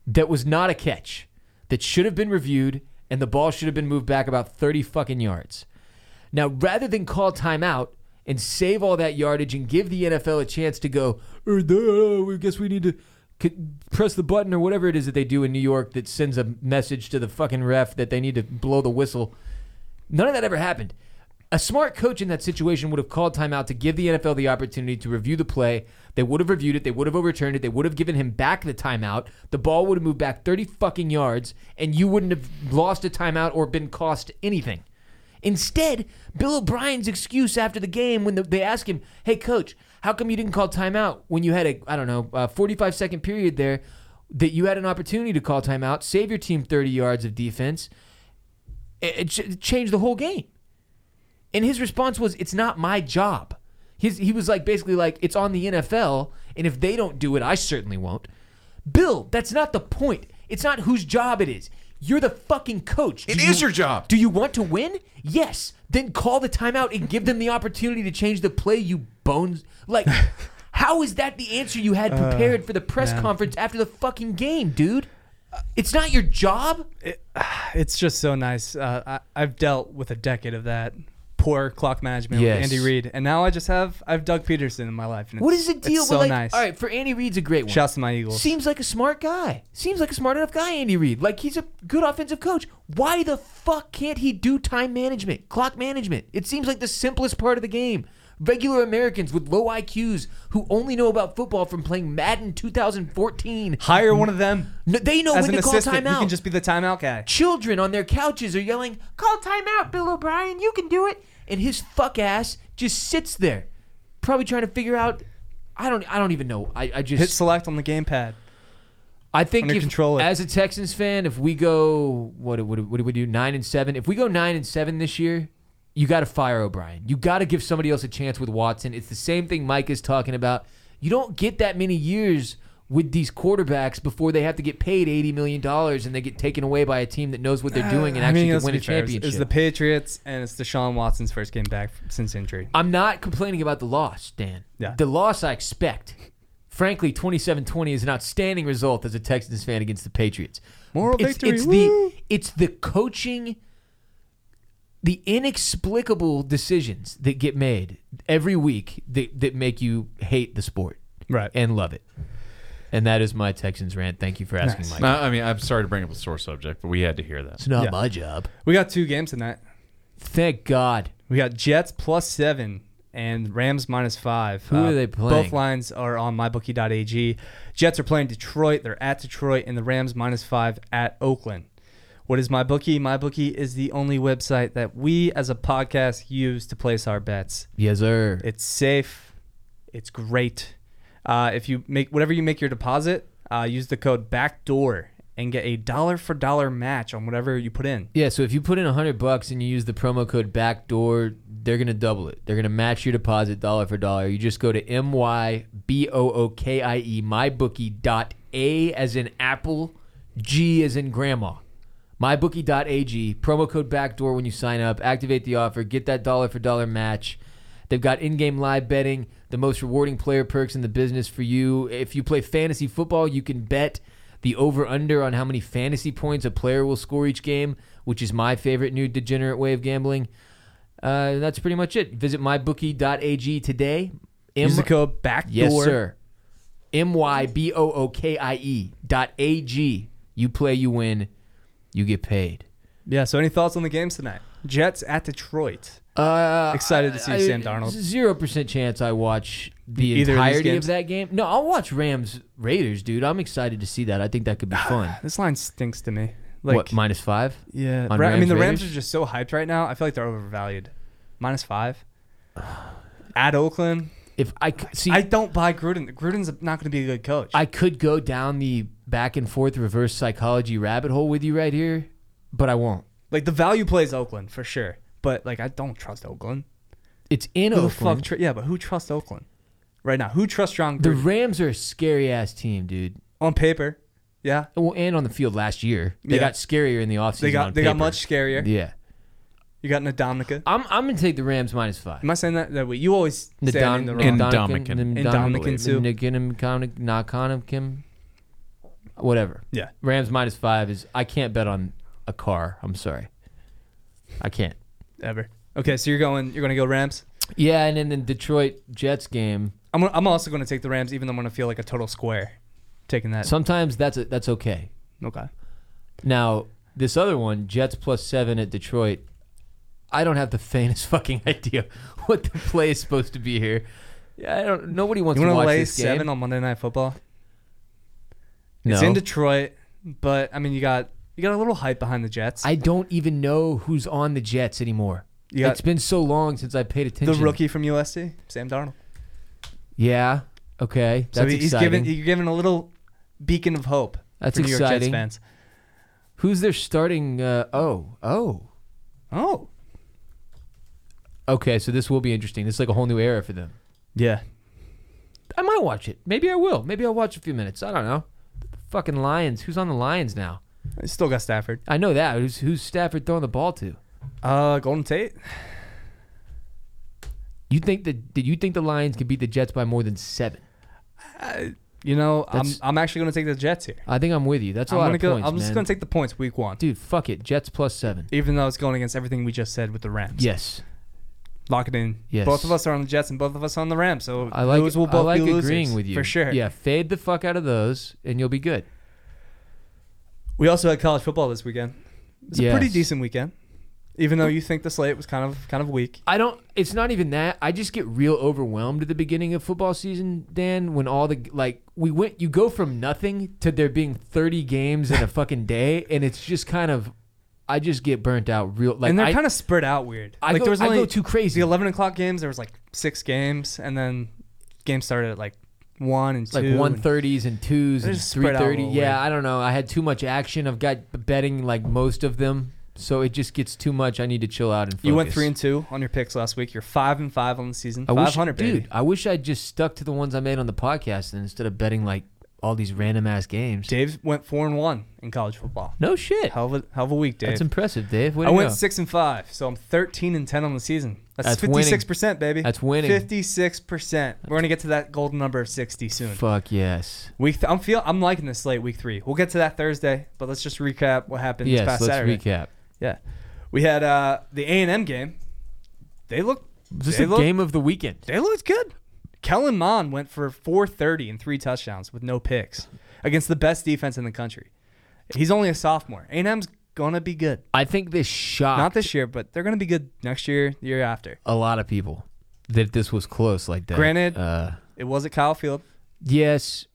that was not a catch that should have been reviewed and the ball should have been moved back about 30 fucking yards. Now, rather than call timeout and save all that yardage and give the NFL a chance to go, "Er, duh, we guess we need to c- press the button or whatever it is that they do in New York that sends a message to the fucking ref that they need to blow the whistle. None of that ever happened. A smart coach in that situation would have called timeout to give the NFL the opportunity to review the play. They would have reviewed it. They would have overturned it. They would have given him back the timeout. The ball would have moved back 30 fucking yards, and you wouldn't have lost a timeout or been cost anything. Instead, Bill O'Brien's excuse after the game when the, they ask him, "Hey, coach, how come you didn't call timeout when you had a I don't know a 45 second period there that you had an opportunity to call timeout, save your team 30 yards of defense, it, it ch- changed the whole game." And his response was, "It's not my job." His, he was like basically like, "It's on the NFL, and if they don't do it, I certainly won't." Bill, that's not the point. It's not whose job it is. You're the fucking coach. It It is is your job. Do you want to win? Yes. Then call the timeout and give them the opportunity to change the play. You bones. Like, how is that the answer you had prepared Uh, for the press conference after the fucking game, dude? It's not your job. It's just so nice. Uh, I, I've dealt with a decade of that poor clock management Yes. with Andy Reid, and now I just have I've Doug Peterson in my life. And What it's- is the deal It's so with like? nice. All right, for Andy Reid's a great one. Shouts to my Eagles. Seems like a smart guy. Seems like a smart enough guy, Andy Reid. Like he's a good offensive coach. Why the fuck can't he do time management, clock management? It seems like the simplest part of the game. Regular Americans with low IQs who only know about football from playing Madden 2014. Hire one of them No, they know as when an to call assistant. timeout. He can just be the timeout guy. Children on their couches are yelling, "Call timeout, Bill O'Brien. You can do it." And his fuck ass just sits there, probably trying to figure out. I don't. I don't even know. I, I just Hit select on the gamepad. I think Under if, control it. as a Texans fan, if we go what what what do we do nine and seven? If we go nine and seven this year, you got to fire O'Brien. You got to give somebody else a chance with Watson. It's the same thing Mike is talking about. You don't get that many years with these quarterbacks before they have to get paid eighty million dollars and they get taken away by a team that knows what they're doing and I mean, actually can let's win a be fair. It's- championship. It's the Patriots and it's Deshaun Watson's first game back f- since injury. I'm not complaining about the loss, Dan. Yeah. The loss I expect. Frankly, 27-20 is an outstanding result as a Texans fan against the Patriots. Moral it's, victory, It's woo! the it's the coaching the inexplicable decisions that get made every week that, that make you hate the sport Right. and love it. And that is my Texans rant. Thank you for asking, Nice. Mike. No, I mean, I'm sorry to bring up a sore subject, but we had to hear that. It's not Yeah. my job. we got two games tonight. Thank God. We got Jets plus seven and Rams minus five. Uh, Who are they playing? Both lines are on mybookie.ag. Jets are playing Detroit. They're at Detroit, and the Rams minus five at Oakland. What is MyBookie? MyBookie is the only website that we as a podcast use to place our bets. Yes, sir. It's safe. It's great. Uh, if you make whatever you make your deposit, uh, use the code backdoor and get a dollar for dollar match on whatever you put in. Yeah, so if you put in 100 bucks and you use the promo code backdoor, they're going to double it. They're going to match your deposit dollar for dollar. You just go to M Y B O O K I E mybookie dot A as in apple, G as in grandma. mybookie.ag promo code backdoor when you sign up, activate the offer, get that dollar for dollar match. They've got in-game live betting, the most rewarding player perks in the business for you. If you play fantasy football, you can bet the over/under on how many fantasy points a player will score each game, which is my favorite new degenerate way of gambling. Uh, that's pretty much it. Visit mybookie.ag today. Use the M- code backdoor. Yes, sir. M Y B O O K I E dot A G. You play, you win, you get paid. Yeah. So, any thoughts on the games tonight? Jets at Detroit. Uh, Excited to see Sam Darnold. Zero percent chance I watch the Either of these entirety of, games? that game. No, I'll watch Rams Raiders, dude. I'm excited to see that. I think that could be fun. This line stinks to me. Ah, Like, what minus five? yeah. on Ra- I mean, the Rams Rams are just so hyped right now. I feel like they're overvalued. Minus five. At Oakland, If I c- see, I I, don't buy Gruden. Gruden's not going to be a good coach. could go down the back and forth reverse psychology rabbit hole with you right here, but I won't. like the value plays Oakland for sure, but like I don't trust Oakland. It's in Who the Oakland. fuck? Tr- yeah, but who trusts Oakland right now? Who trusts John the Gruden Rams are a scary ass team, dude. on paper? Yeah, Well, and on the field last year, they Yeah. got scarier in the offseason. they on got they got paper. much scarier. Yeah, You got Nadomnica. I'm I'm gonna take the Rams minus five. Am I saying that that way? You always The say Don, it in the Don- wrong. Indomitian. Indomitian soup. Kim, whatever. yeah, Rams minus five is I can't bet on a car. I'm sorry, I can't. ever. Okay, so you're going you're going to go Rams. Yeah, and then the Detroit Jets game. I'm gonna- I'm also going to take the Rams, even though I'm going to feel like a total square taking that. Sometimes that's a, that's okay. okay. Now this other one, Jets plus seven at Detroit. I don't have the faintest fucking idea what the play is supposed to be here. Yeah, I don't. Nobody wants You to want to watch lay this game. seven on Monday Night Football? no. It's in Detroit, but I mean you got you got a little hype behind the Jets. I don't even know who's on the Jets anymore. You got- it's been so long since I paid the attention. rookie from USC, Sam Darnold. Yeah. Okay. That's so he's exciting. given you're given a little beacon of hope. That's for New York Jets exciting. fans. Who's their starting? Uh, oh, oh. Oh, Okay, so this will be interesting. This is like a whole new era for them. yeah. I might watch it. Maybe I will. Maybe I'll watch a few minutes. I don't know. Fucking Lions. Who's on the Lions now? They Still got Stafford. I know that. Who's, who's Stafford throwing the ball to? Uh, Golden Tate. You think that? Did you think the Lions could beat the Jets by more than seven? You know, That's- I'm I'm actually going to take the Jets here. I think I'm with you. That's a I'm lot gonna of go. points, I'm just man. going to take the points week one, Dude, fuck it. Jets plus seven. even though it's going against everything we just said with the Rams. Yes. lock it in. Yes. both of us are on the Jets and both of us are on the Rams. So I like those will both I like be losers, agreeing with you for sure. Yeah, fade the fuck out of those, and you'll be good. We also had college football this weekend. It's a pretty Yes. decent weekend, even though you think the slate was kind of kind of weak. I don't. It's not even that. I just get real overwhelmed at the beginning of football season, Dan. When all the like, we went. You go from nothing to there being thirty games in a fucking day, and it's just kind of. I just get burnt out real. Like and they're I, kind of spread out weird. I like go- there was I only go too crazy. The eleven o'clock games, there was like six games, and then games started at like one and like two. one and- thirties and twos They're and just three spread out a thirty. little weird. Yeah, I don't know. I had too much action. I've got betting like most of them. So it just gets too much. I need to chill out and focus. You went three and two on your picks last week. You're five and five on the season. I wish, Five hundred, dude. baby. I wish I'd just stuck to the ones I made on the podcast and instead of betting like all these random ass games. Dave went four and one in college football. No shit. Hell of a, hell of a week, Dave. That's impressive, Dave. Way I to went go. six and five, so I'm thirteen and ten on the season. That's That's fifty winning. six percent, baby. That's winning. Fifty six percent. We're gonna get to that golden number of sixty soon. Fuck yes. Week, th- I'm feel, I'm liking this slate. Week three, we'll get to that Thursday, but let's just recap what happened Yes. this past Let's Saturday. recap. Yeah, we had uh, the A and M game. They looked, This is they a looked, game of the weekend. they looked good. Kellen Mond went for 430 and three touchdowns with no picks against the best defense in the country. He's only a sophomore. A and M's gonna be good. I think this shocked Not this year, but they're gonna be good next year, the year after. a lot of people that this was close like that. Granted- uh, It was at Kyle Field. yes,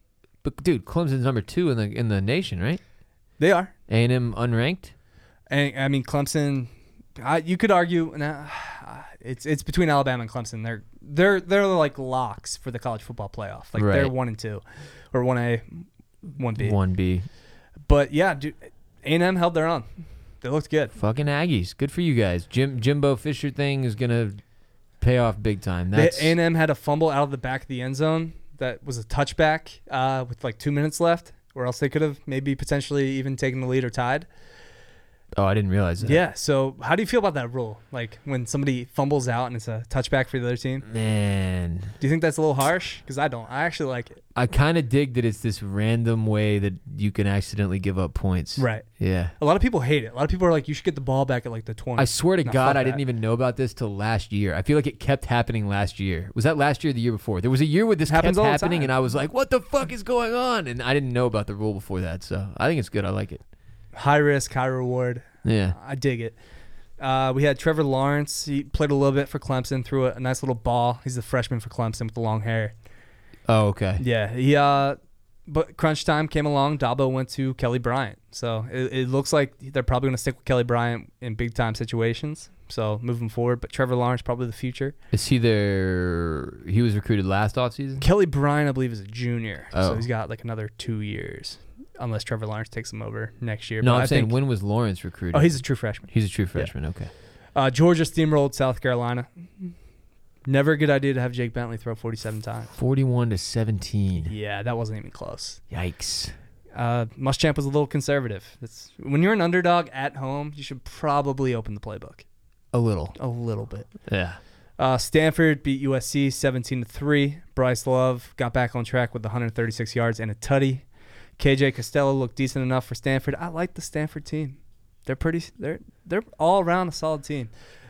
but dude, Clemson's number two in the in the nation, right? They are. A and M unranked. And I mean Clemson. I, you could argue, and uh, it's it's between Alabama and Clemson. They're they're they're like locks for the college football playoff. Like they're Right. one and two, or one A, one B. One B. But yeah, dude, A and M held their own. They looked good. Fucking Aggies. Good for you guys. Jim Jimbo Fisher thing is gonna pay off big time. A That's and M had a fumble out of the back of the end zone that was a touchback uh, with like two minutes left, or else they could have maybe potentially even taken the lead or tied. oh, I didn't realize that. Yeah. So how do you feel about that rule? Like when somebody fumbles out and it's a touchback for the other team? Man, Do you think that's a little harsh? Because I don't. I actually like it. I kind of dig that it's this random way that you can accidentally give up points. Right. Yeah. A lot of people hate it. A lot of people are like, you should get the ball back at like the 20. I swear to No, fuck God, I that. didn't even know about this till last year. I feel like it kept happening last year. Was that last year or the year before? There was a year where this Happens kept all the happening, time. and I was like, "What the fuck is going on?" And I didn't know about the rule before that, so I think it's good. I like it. high risk, high reward. Yeah, I dig it. Uh, we had Trevor Lawrence. He played a little bit for Clemson, threw a, a nice little ball. He's the freshman for Clemson with the long hair. Oh, okay. Yeah. He, uh, but crunch time came along. Dabo went to Kelly Bryant. So it, it looks like they're probably going to stick with Kelly Bryant in big time situations. So moving forward, but Trevor Lawrence probably the future. Is he there? He was recruited last offseason. Kelly Bryan, I believe, is a junior, so Oh. he's got like another two years, unless Trevor Lawrence takes him over next year. No, But I'm I saying think- when was Lawrence recruited? Oh, he's a true freshman. he's a true freshman. Okay. Uh, Georgia steamrolled South Carolina. Never a good idea to have Jake Bentley throw 47 times. Forty-one to seventeen. Yeah, that wasn't even close. Yikes. Uh, Muschamp was a little conservative. It's, when you're an underdog at home, you should probably open the playbook A little. a little bit. Yeah. Uh, Stanford beat USC 17 to 3. Bryce Love got back on track with 136 yards and a tutty. KJ Costello looked decent enough for Stanford. I like the Stanford team. They're pretty they're they're all around a solid team.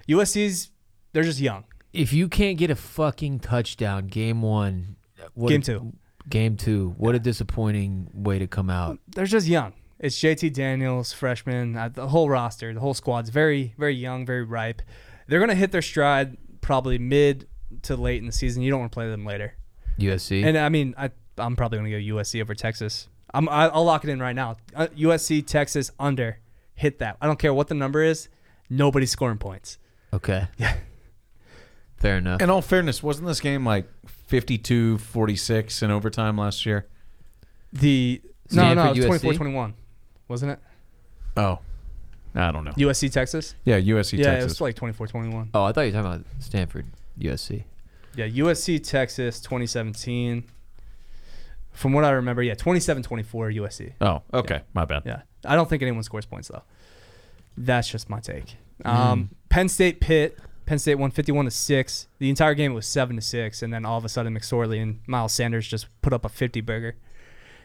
USC's they're just young. If you can't get a fucking touchdown, game one. What Game a- two. Game two. What a disappointing way to come out. They're just young. It's JT Daniels, freshman, uh, the whole roster, the whole squad's very very young, very ripe. They're going to hit their stride probably mid to late in the season. You don't want to play them later. USC. And I mean, I I'm probably gonna go USC over Texas. I'm I, I'll lock it in right now. Uh, USC Texas under hit that. I don't care what the number is. Nobody's scoring points. okay. Yeah. Fair enough. In all fairness, wasn't this game like 52 46 in overtime last year? The no no Stanford, it was 24 USC? 21 wasn't it? Oh. I don't know. USC Texas. Yeah, USC yeah, it Texas. was like 24 21. Oh, I thought you were talking about Stanford, USC. Yeah, USC Texas 2017. From what I remember, yeah, 27 24 USC. oh, okay. My bad. Yeah, I don't think anyone scores points though. That's just my take. Um, Penn State Pitt. Penn State won fifty-one to six. The entire game it was seven to six, and then all of a sudden McSorley and Miles Sanders just put up a fifty burger.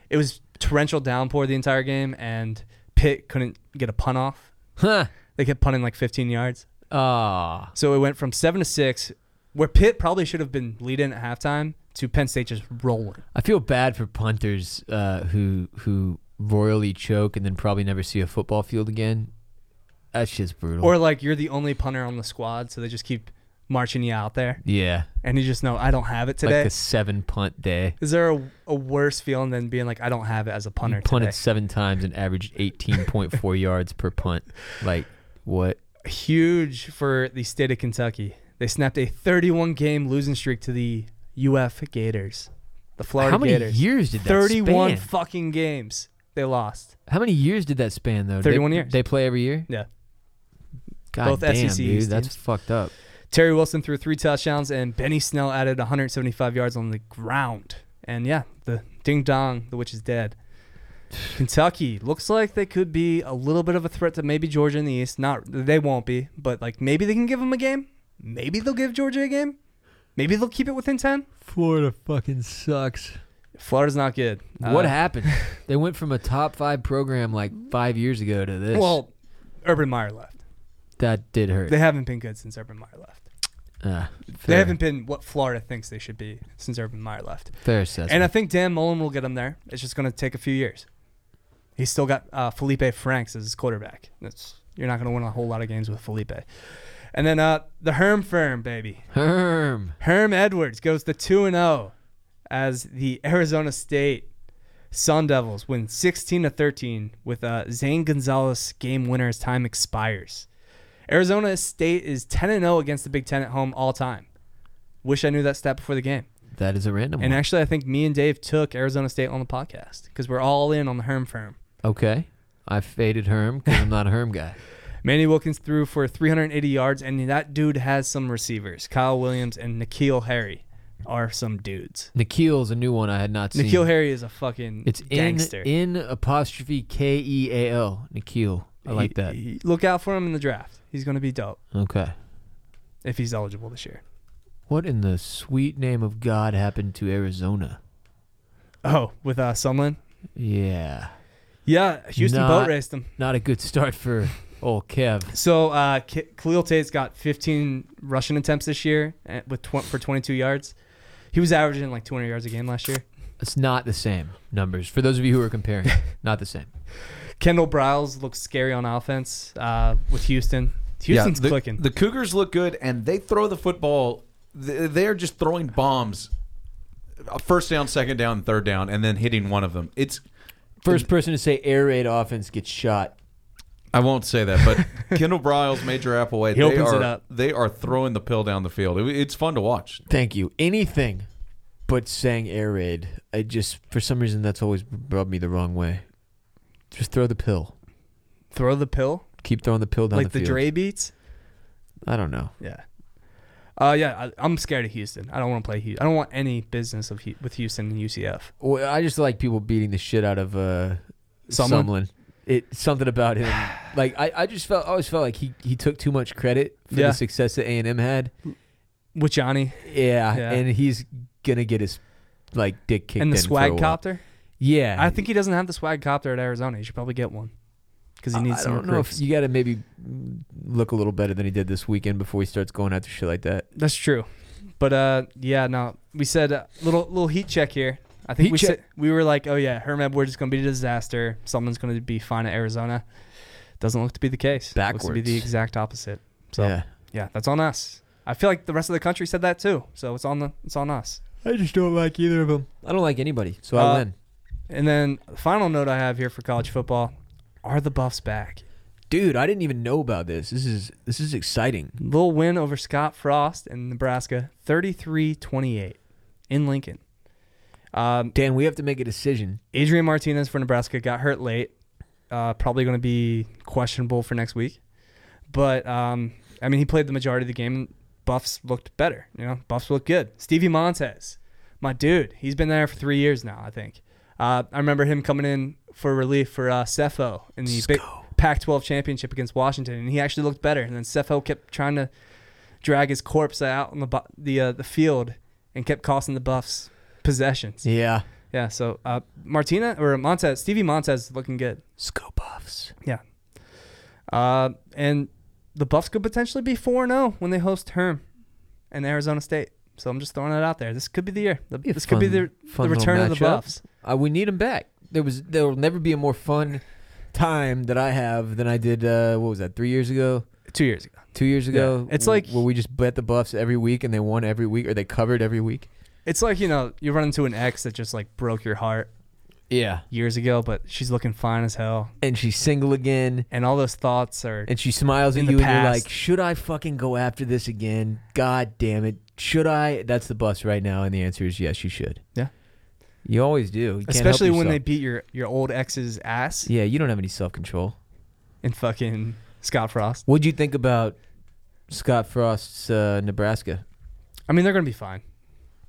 It was torrential downpour the entire game, and Pitt couldn't get a punt off. Huh. They kept punting like fifteen yards, Ah. so it went from seven to six, where Pitt probably should have been leading at halftime, to Penn State just rolling. I feel bad for punters uh, who who royally choke and then probably never see a football field again. That's just brutal. Or like you're the only punter on the squad, so they just keep marching you out there, yeah. and you just know I don't have it today. Like a seven punt day. Is there a, a worse feeling than being like I don't have it as a punter You punted today? seven times and averaged eighteen point four yards per punt. Like what? Huge for the state of Kentucky. They snapped a 31 game losing streak to the UF Gators, the Florida How many Gators. years did that 31 span? fucking games they lost. How many years did that span though? They- 31 years. They play every year. Yeah, God Both damn, SEC dude, East that's teams. fucked up. Terry Wilson threw three touchdowns, and Benny Snell added 175 yards on the ground. And yeah, the ding dong, the witch is dead. Kentucky looks like they could be a little bit of a threat to maybe Georgia in the East. Not they won't be, but like maybe they can give them a game. Maybe they'll give Georgia a game. Maybe they'll keep it within ten. Florida fucking sucks. Florida's not good. what Uh, happened? They went from a top five program like five years ago to this. Well, Urban Meyer left. that did hurt. They haven't been good since Urban Meyer left. Ah, They fair- haven't been what Florida thinks they should be since Urban Meyer left. fair assessment. And I think Dan Mullen will get him there. It's just going to take a few years. He's still got uh, Felipe Franks as his quarterback. That's you're not going to win a whole lot of games with Felipe. And then uh, the Herm firm, baby. Herm. Herm Edwards goes to 2 and 0 as the Arizona State Sun Devils win 16 to 13 with uh, Zane Gonzalez game winner as time expires. Arizona State is 10 and 0 against the Big Ten at home all time. Wish I knew that stat before the game. That is a random And one. actually, I think me and Dave took Arizona State on the podcast because we're all in on the Herm firm. okay. I faded Herm because I'm not a Herm guy. Manny Wilkins threw for 380 yards, and that dude has some receivers. Kyle Williams and Nikhil Harry are some dudes. Nikhil's a new one I had not seen. Nikhil Harry is a fucking It's in, gangster. in apostrophe K E A L. Nikhil. I like He- that. he- look out for him in the draft. He's going to be dope Okay. if he's eligible this year. What in the sweet name of God happened to Arizona? Oh, with uh, Sunland? Yeah. Yeah, Houston Not- boat raced him. Not a good start for old Kev. So uh, K- Khalil Tate's got 15 rushing attempts this year eh, with tw- for 22 yards. He was averaging like 200 yards a game last year. It's not the same numbers. For those of you who are comparing, not the same. Kendall Briles looks scary on offense uh, with Houston. Houston's yeah, the, clicking. The Cougars look good, and they throw the football. Th- They're just throwing bombs. uh, First down, second down, third down, and then hitting one of them. It's First person to say air raid offense gets shot. I won't say that, but Kendall Briles, Major Applewhite, He they opens are it up. they are throwing the pill down the field. It- it's fun to watch. Thank you. Anything but saying air raid. I just, for some reason, that's always rubbed me the wrong way. Just throw the pill. Throw the pill Keep throwing the pill down like the, the field. Dre beats. I don't know. Yeah. Uh, yeah, I, I'm scared of Houston. I don't want to play. Houston. I don't want any business of Hu- with Houston and UCF. Well, I just like people beating the shit out of uh, Sumlin? Sumlin. It something about him. Like I, I just felt I always felt like he, he took too much credit for Yeah. the success that A and M had. with Johnny Yeah, Yeah. and he's gonna get his like dick kicked and the in for a swag while. copter. Yeah, I think he doesn't have the swag copter at Arizona. He should probably get one because he I- needs I some don't know if recruits. you got to maybe look a little better than he did this weekend before he starts going after shit like that. That's true, but uh, yeah, no, we said uh, little little heat check here. I think Heat we check. said we were like, oh yeah, Herm Edwards is going to be a disaster. Someone's going to be fine at Arizona. Doesn't look to be the case. Looks to be the Backwards. exact opposite. So yeah. yeah, that's on us. I feel like the rest of the country said that too. So it's on the it's on us. I just don't like either of them. I don't like anybody, so Uh, I win, And then the final note I have here for college football: Are the Buffs back? dude. I didn't even know about this. This is this is exciting. Little win over Scott Frost in Nebraska, 33-28 in Lincoln. Um, Dan, we have to make a decision. Adrian Martinez for Nebraska got hurt late. Uh, probably going to be questionable for next week. But, um, I mean, he played the majority of the game. Buffs looked better. You know, Buffs looked good. Stevie Montez, my dude, he's been there for three years now, I think. Uh, I remember him coming in for relief for uh, Cepho in the big Pac 12 championship against Washington, and he actually looked better. And then Cepho kept trying to drag his corpse out on the, bu- the, uh, the field and kept costing the Buffs possessions. Yeah, Yeah, so uh, Martina or Montez, Stevie Montez is looking good. scope offs. Yeah. Uh, and the Buffs could potentially be 4 0 when they host Herm and Arizona State. So I'm just throwing that out there. This could be the year. The- Be a this could be the, fun- the fun little return of the matchup. Buffs. Uh, we need him back. There was there will never be a more fun time that I have than I did. Uh, what was that? Three years ago. Two years ago. Two years ago, It's w- like- where we just bet the Buffs every week and they won every week or they covered every week. It's like, you know, you run into an ex that just like broke your heart Yeah, years ago, but she's looking fine as hell. and she's single again, And all those thoughts are. and she smiles In at the you, and you're past. like, "Should I fucking go after this again? God damn it! Should I?" That's the bus right now, and the answer is yes, you should. Yeah. you always do, You can't help Especially when they yourself. beat your, your old ex's ass Yeah, you don't have any self control. and fucking Scott Frost. What'd you think about Scott Frost's uh, Nebraska? I mean, they're going to be fine.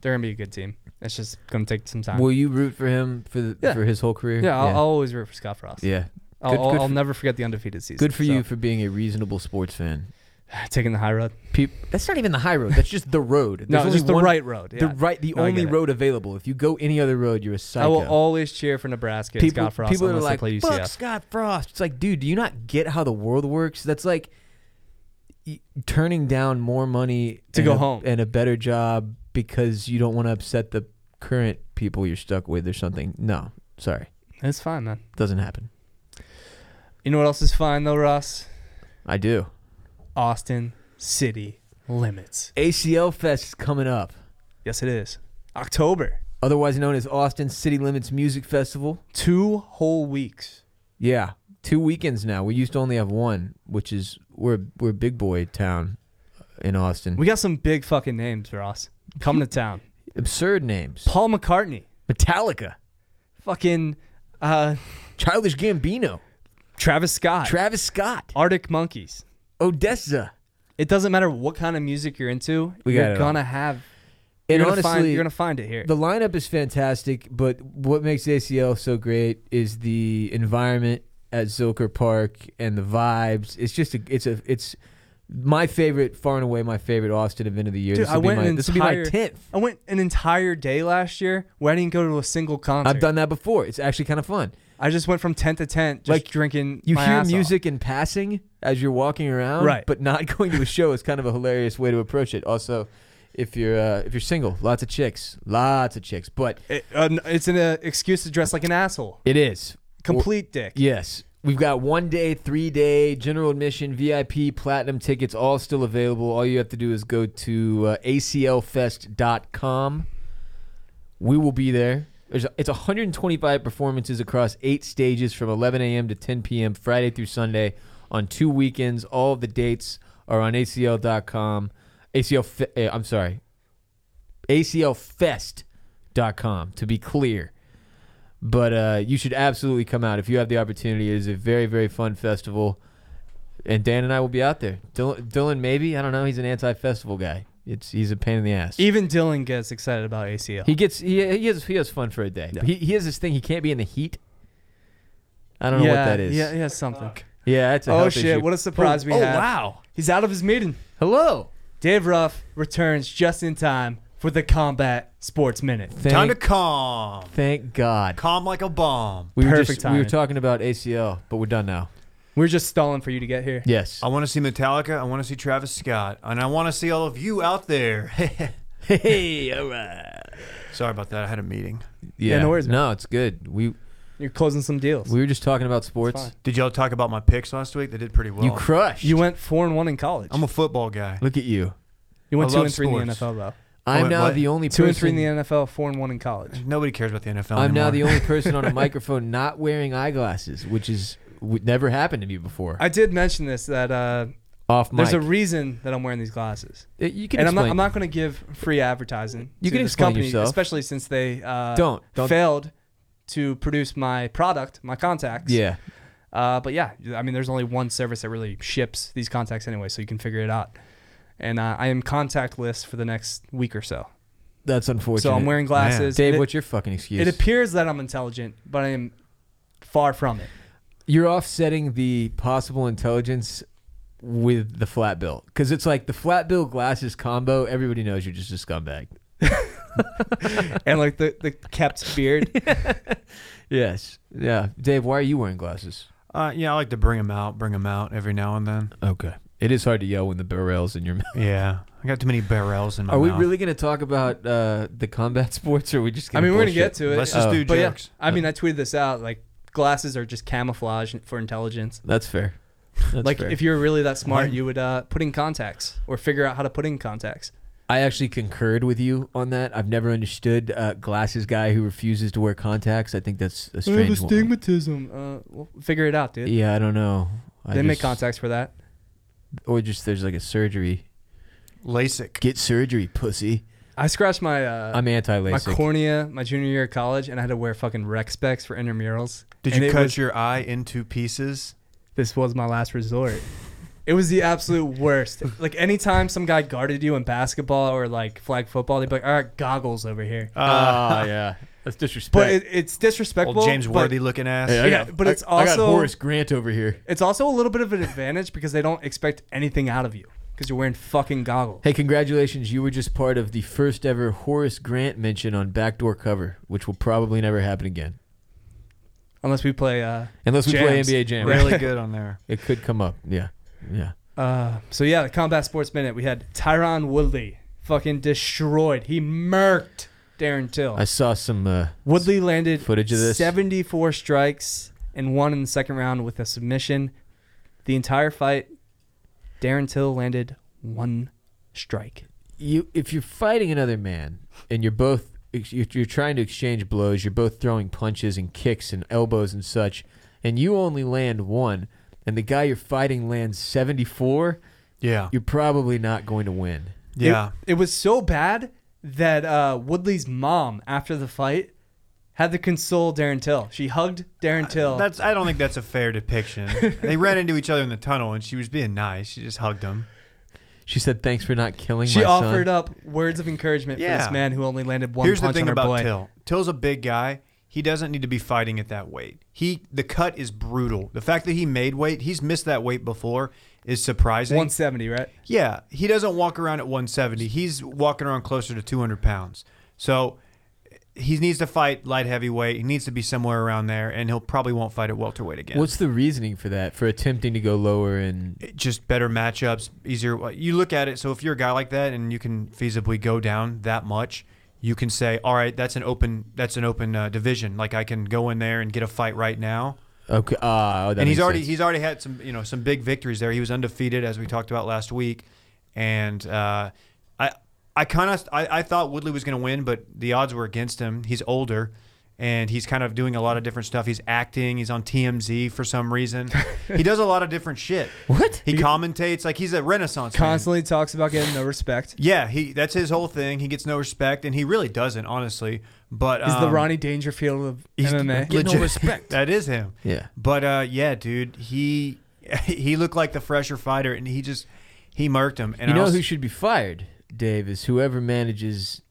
They're going to be a good team. It's just going to take some time. Will you root for him for the, Yeah. for his whole career? yeah, I'll, yeah. I'll always root for Scott Frost. Yeah. I'll, Good- I'll, good I'll for- never forget the undefeated season. Good for so- you for being a reasonable sports fan. taking the high road. Peop that's not even the high road. That's just the road. There's No, only just the one- right road. the yeah. right, the No, I only get it. road available. If you go any other road, you're a psycho. I will always cheer for Nebraska. and people, Scott Frost people are unless like, they play "Fuck UCF. Scott Frost." It's like, dude, do you not get how the world works? That's like y- turning down more money To and go a- home. and a better job because you don't want to upset the current people you're stuck with or something. No, sorry, It's fine, man. doesn't happen. You know what else is fine though, Ross? I do. Austin City limits. ACL Fest is coming up, Yes, it is. October, otherwise known as Austin City Limits Music Festival. two whole weeks. Yeah, two weekends now. We used to only have one, which is we're we're a big boy town in Austin. We got some big fucking names, Ross, coming to town. Absurd names. Paul McCartney, Metallica. fucking uh, Childish Gambino, Travis Scott, Travis Scott, Arctic Monkeys. Odessa. It doesn't matter what kind of music you're into. We got you're it all. gonna have. And you're honestly, gonna find, you're gonna find it here. the lineup is fantastic, but what makes ACL so great is the environment at Zilker Park and the vibes. It's just a it's a it's my favorite, far and away my favorite Austin event of the year. Dude, this I will be went my, an this will be my entire- tenth. I went an entire day last year where I didn't go to a single concert. I've done that before. It's actually kind of fun. I just went from tent to tent, just Like, drinking. You my hear ass off. music in passing as you're walking around, Right. But not going to a show is kind of a hilarious way to approach it. Also, if you're uh, if you're single, lots of chicks, lots of chicks. But It, uh, it's an uh, excuse to dress like an asshole. it is Complete dick. yes. We've got one day, three day, general admission, VIP, platinum tickets, all still available. All you have to do is go to uh, aclfest.com. We will be there. There's it's 125 performances across eight stages from 11 a.m. to 10 p.m. Friday through Sunday on two weekends. All of the dates are on ACL.com. ACL, fe- eh, I'm sorry, ACLFest.com to be clear. But uh, you should absolutely come out if you have the opportunity. It is a very, very fun festival. And Dan and I will be out there. Dylan, Dylan maybe. I don't know. He's an anti festival guy. It's He's a pain in the ass. Even Dylan gets excited about ACL. He gets he he has he has fun for a day. Yeah. He he has this thing he can't be in the heat. I don't know what that is. Yeah, Yeah, yeah, something. that's a Oh health shit! issue. What a surprise Oh, we have. wow! He's out of his meeting. Hello. Dave Ruff returns just in time for the Combat Sports Minute. Thank, Time to calm. thank God. Calm like a bomb. We were Perfect just we timing. were talking about ACL, but we're done now. We're just stalling for you to get here. Yes. I want to see Metallica. I want to see Travis Scott. And I want to see all of you out there. Hey, all right. Sorry about that. I had a meeting. Yeah. no worries, man. No, it's good. We You're closing some deals. we were just talking about It's sports. fine. Did y'all talk about my picks last week? They did pretty well. You crushed. you went four and one in college. I'm a football guy. Look at you. you went I two love and three in the sports. NFL though. I'm went now what? the only Oh, Two person and three in the NFL. Four and one in college. Nobody cares about the NFL. I'm now the anymore. only person on a microphone not wearing eyeglasses, which is would never happened to me before. I did mention this that uh, Off mic. there's a reason that I'm wearing these glasses. Uh, you can and I'm explain. not, I'm not going to give free advertising. You to can this explain company, yourself. especially since they uh, Don't, don't. failed to produce my product, my contacts. Yeah. Uh, but yeah, I mean, there's only one service that really ships these contacts anyway, so you can figure it out. And uh, I am contactless for the next week or so. That's unfortunate. So I'm wearing glasses. Dave, it, what's your fucking excuse? it appears that I'm intelligent, but I am far from it. You're offsetting the possible intelligence with the flat bill because it's like the flat bill glasses combo. Everybody knows you're just a scumbag. and like the, the kept beard. Yes. Yeah. Dave, why are you wearing glasses? Uh, yeah, I like to bring them out, bring them out every now and then. Okay. It is hard to yell when the barrel's in your mouth. Yeah, I got too many barrels in my Are we mouth. really going to talk about uh, the combat sports, or are we just? I Gonna mean, we're going to bullshit? get to it. Uh, Let's just Oh. do but yeah, jokes. I mean, I tweeted this out. Like, glasses are just camouflage for intelligence. That's fair. That's like fair. if you were really that smart, Why- you would uh, put in contacts or figure out how to put in contacts. I actually concurred with you on that. I've never understood uh, glasses guy who refuses to wear contacts. I think that's a strange one. stigmatism. Uh, well, figure it out, dude. Yeah, I don't know. I they make just- contacts for that. or just there's like a surgery. LASIK. Get surgery, pussy. I scratched my uh, I'm anti my LASIK. cornea my junior year of college, and I had to wear fucking rec specs for intramurals. Did And you it cut was- your eye into pieces? This was my last resort. It was the absolute worst. Like anytime some guy guarded you in basketball or like flag football, they'd be like, "All right, goggles over here." Oh, yeah. That's disrespect. but it, it's disrespectful. Old James but- Worthy looking ass. Hey, I yeah, got- but I- it's I got also- Horace Grant over here. It's also a little bit of an advantage because they don't expect anything out of you because you're wearing fucking goggles. Hey, congratulations. You were just part of the first ever Horace Grant mention on Backdoor Cover, which will probably never happen again. Unless we play. Uh, Unless we play Jams. NBA Jam. Really good on there. It could come up. Yeah. Yeah. uh, so yeah, the combat sports minute. We had Tyron Woodley fucking destroyed. He murked Darren Till. I saw some. Uh, Woodley landed Footage of this. 74 strikes and one in the second round with a submission. The entire fight, Darren Till landed one strike. you if you're fighting another man and you're both you're, you're trying to exchange blows, you're both throwing punches and kicks and elbows and such, and you only land one, and the guy you're fighting lands 74, Yeah. you're probably not going to win. Yeah. It, it was so bad that uh, Woodley's mom, after the fight, had to console Darren Till. She hugged Darren Till. Uh, That's. I don't think that's a fair depiction. they ran into each other in the tunnel, and she was being nice. She just hugged him. She said, "Thanks for not killing she my son." offered up words of encouragement for Yeah. this man who only landed one Here's the punch on thing her about boy. Till. Till's a big guy. He doesn't need to be fighting at that weight. He the cut is brutal. The fact that he made weight, he's missed that weight before, is surprising. 170, right? Yeah, he doesn't walk around at 170. He's walking around closer to 200 pounds. So he needs to fight light heavyweight. He needs to be somewhere around there, and he'll probably won't fight at welterweight again. What's the reasoning for that? For attempting to go lower and It- just better matchups, easier. uh, You look at it. So if you're a guy like that and you can feasibly go down that much, you can say, "All right, that's an open, that's an open uh, division. Like I can go in there and get a fight right now." okay, ah, oh, that and he's makes already sense. he's already had some you know some big victories there. He was undefeated as we talked about last week, and uh, I I kind of I, I thought Woodley was going to win, but the odds were against him. He's older, and he's kind of doing a lot of different stuff. He's acting. He's on TMZ for some reason. he does a lot of different shit. What? he commentates like he's a renaissance man. Constantly talks about getting no respect. Yeah, he that's his whole thing. He gets no respect, and he really doesn't, honestly. But He's the um, Ronnie Dangerfield of MMA. Legit- that is him. Yeah. But uh, yeah, dude, he he looked like the fresher fighter, and he just he murked him. And you I know also- who should be fired, Dave, is whoever manages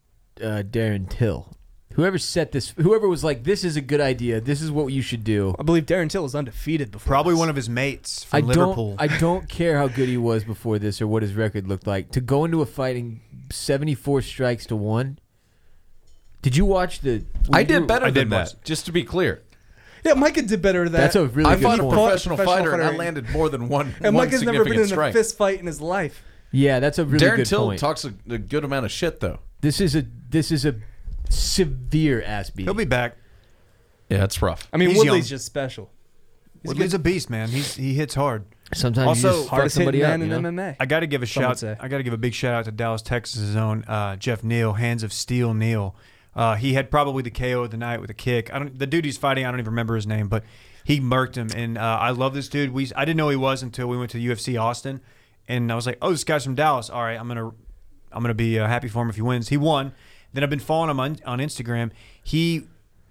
uh, Darren Till. Whoever set this, whoever was like, this is a good idea. This is what you should do. I believe Darren Till was undefeated before. probably this. one of his mates from I Liverpool. don't, I don't care how good he was before this or what his record looked like. To go into a fight and 74 strikes to one. Did you watch the? I did better I did than worse. that. Just to be clear, Yeah, Micah did better than that. That's a really I good fought a point. professional, Professional fighter, and I fighter. landed more than one. and one Micah's never been significant in a strike. fist fight in his life. Yeah, that's a really Darren good Till point. talks a, a good amount of shit though. this is a this is a severe ass beat. He'll be back. Yeah, it's rough. I mean, He's Woodley's young. just special. He's Woodley's a beast, man. He's he hits hard. Sometimes Also, you just fuck hardest hitting somebody up. man in you know? MMA. I got to give a Some would shout. say. I got to give a big shout out to Dallas, Texas' own uh, Jeff Neal, Hands of Steel Neal. Uh, he had probably the KO of the night with a kick. I don't. The dude he's fighting, I don't even remember his name, but he murked him. And uh, I love this dude. We I didn't know he was until we went to UFC Austin, and I was like, oh, this guy's from Dallas. All right, I'm gonna I'm gonna be uh, happy for him if he wins. He won. Then I've been following him on, on Instagram. He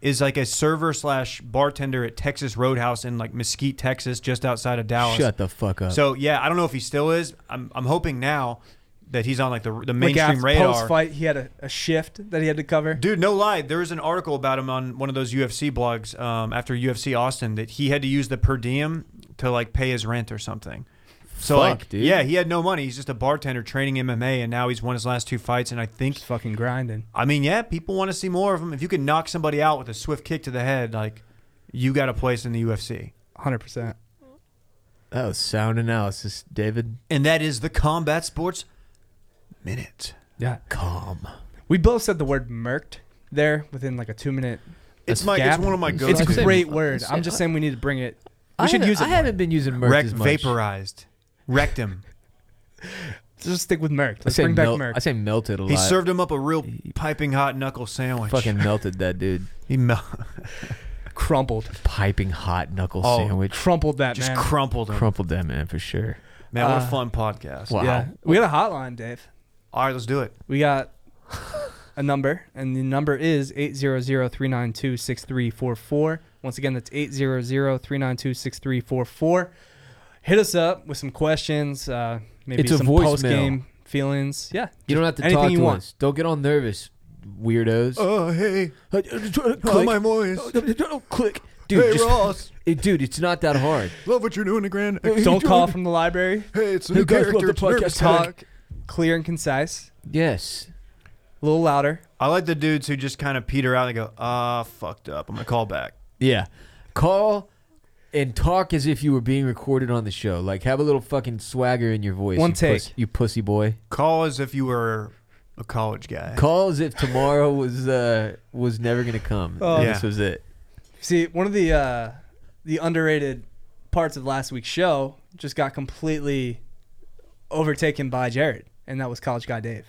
is like a server slash bartender at Texas Roadhouse in like Mesquite, Texas, just outside of Dallas. Shut the fuck up. So yeah, I don't know if he still is. I'm I'm hoping now that he's on like the the mainstream like radar. Post fight, he had a, a shift that he had to cover. Dude, no lie. There was an article about him on one of those UFC blogs um, after UFC Austin that he had to use the per diem to like pay his rent or something. So Fuck, like, dude. yeah, he had no money. He's just a bartender training MMA, and now he's won his last two fights. And I think, Just fucking grinding. I mean, yeah, people want to see more of him. If you can knock somebody out with a swift kick to the head, like, you got a place in the UFC. 100%. that was sound analysis, David. And that is the combat sports minute. Yeah. Calm. We both said the word murked there within like a two minute. It's my, it's gap. one of my go-to. It's a I'd say- great word. I'd say- I'm just saying we need to bring it. We I should haven't- use it. I more. haven't been using Merc Wrecked, as much. vaporized, wrecked him. Just stick with murked. I Let's say, bring back melt- I murked. say melted a lot. He served him up a real piping hot knuckle sandwich. fucking melted that dude. he mel- Crumpled. Piping hot knuckle Oh, sandwich. Crumpled that just man. crumpled him. Crumpled that man for sure. man, what Uh, a fun podcast. Wow. Yeah. We got a hotline, Dave. All right, let's do it. We got a number, and the number is 800-392-6344. Once again, that's 800-392-6344. Hit us up with some questions. Uh, maybe It's a some voicemail. post game feelings. Yeah, You don't have to anything talk you to want. Uh, us. Don't get all nervous, weirdos. Oh hey, click. oh my boys, click. Dude, hey just- Ross, it- dude, it's not that hard. love what you're doing again. don't call from the library. Hey, it's a Hey, new guys, love character. the It's nervous podcast. Talk. talk. Clear and concise. Yes. A little louder. I like the dudes who just kind of peter out and go, ah, fucked up. I'm gonna call back. Yeah. Call and talk as if you were being recorded on the show. Like have a little fucking swagger in your voice. One you take. puss- you pussy boy. Call as if you were a college guy. Call as if tomorrow was uh was never gonna come. Oh. and Yeah. This was it. See, one of the uh, the underrated parts of last week's show just got completely overtaken by Jared, and that was College Guy Dave.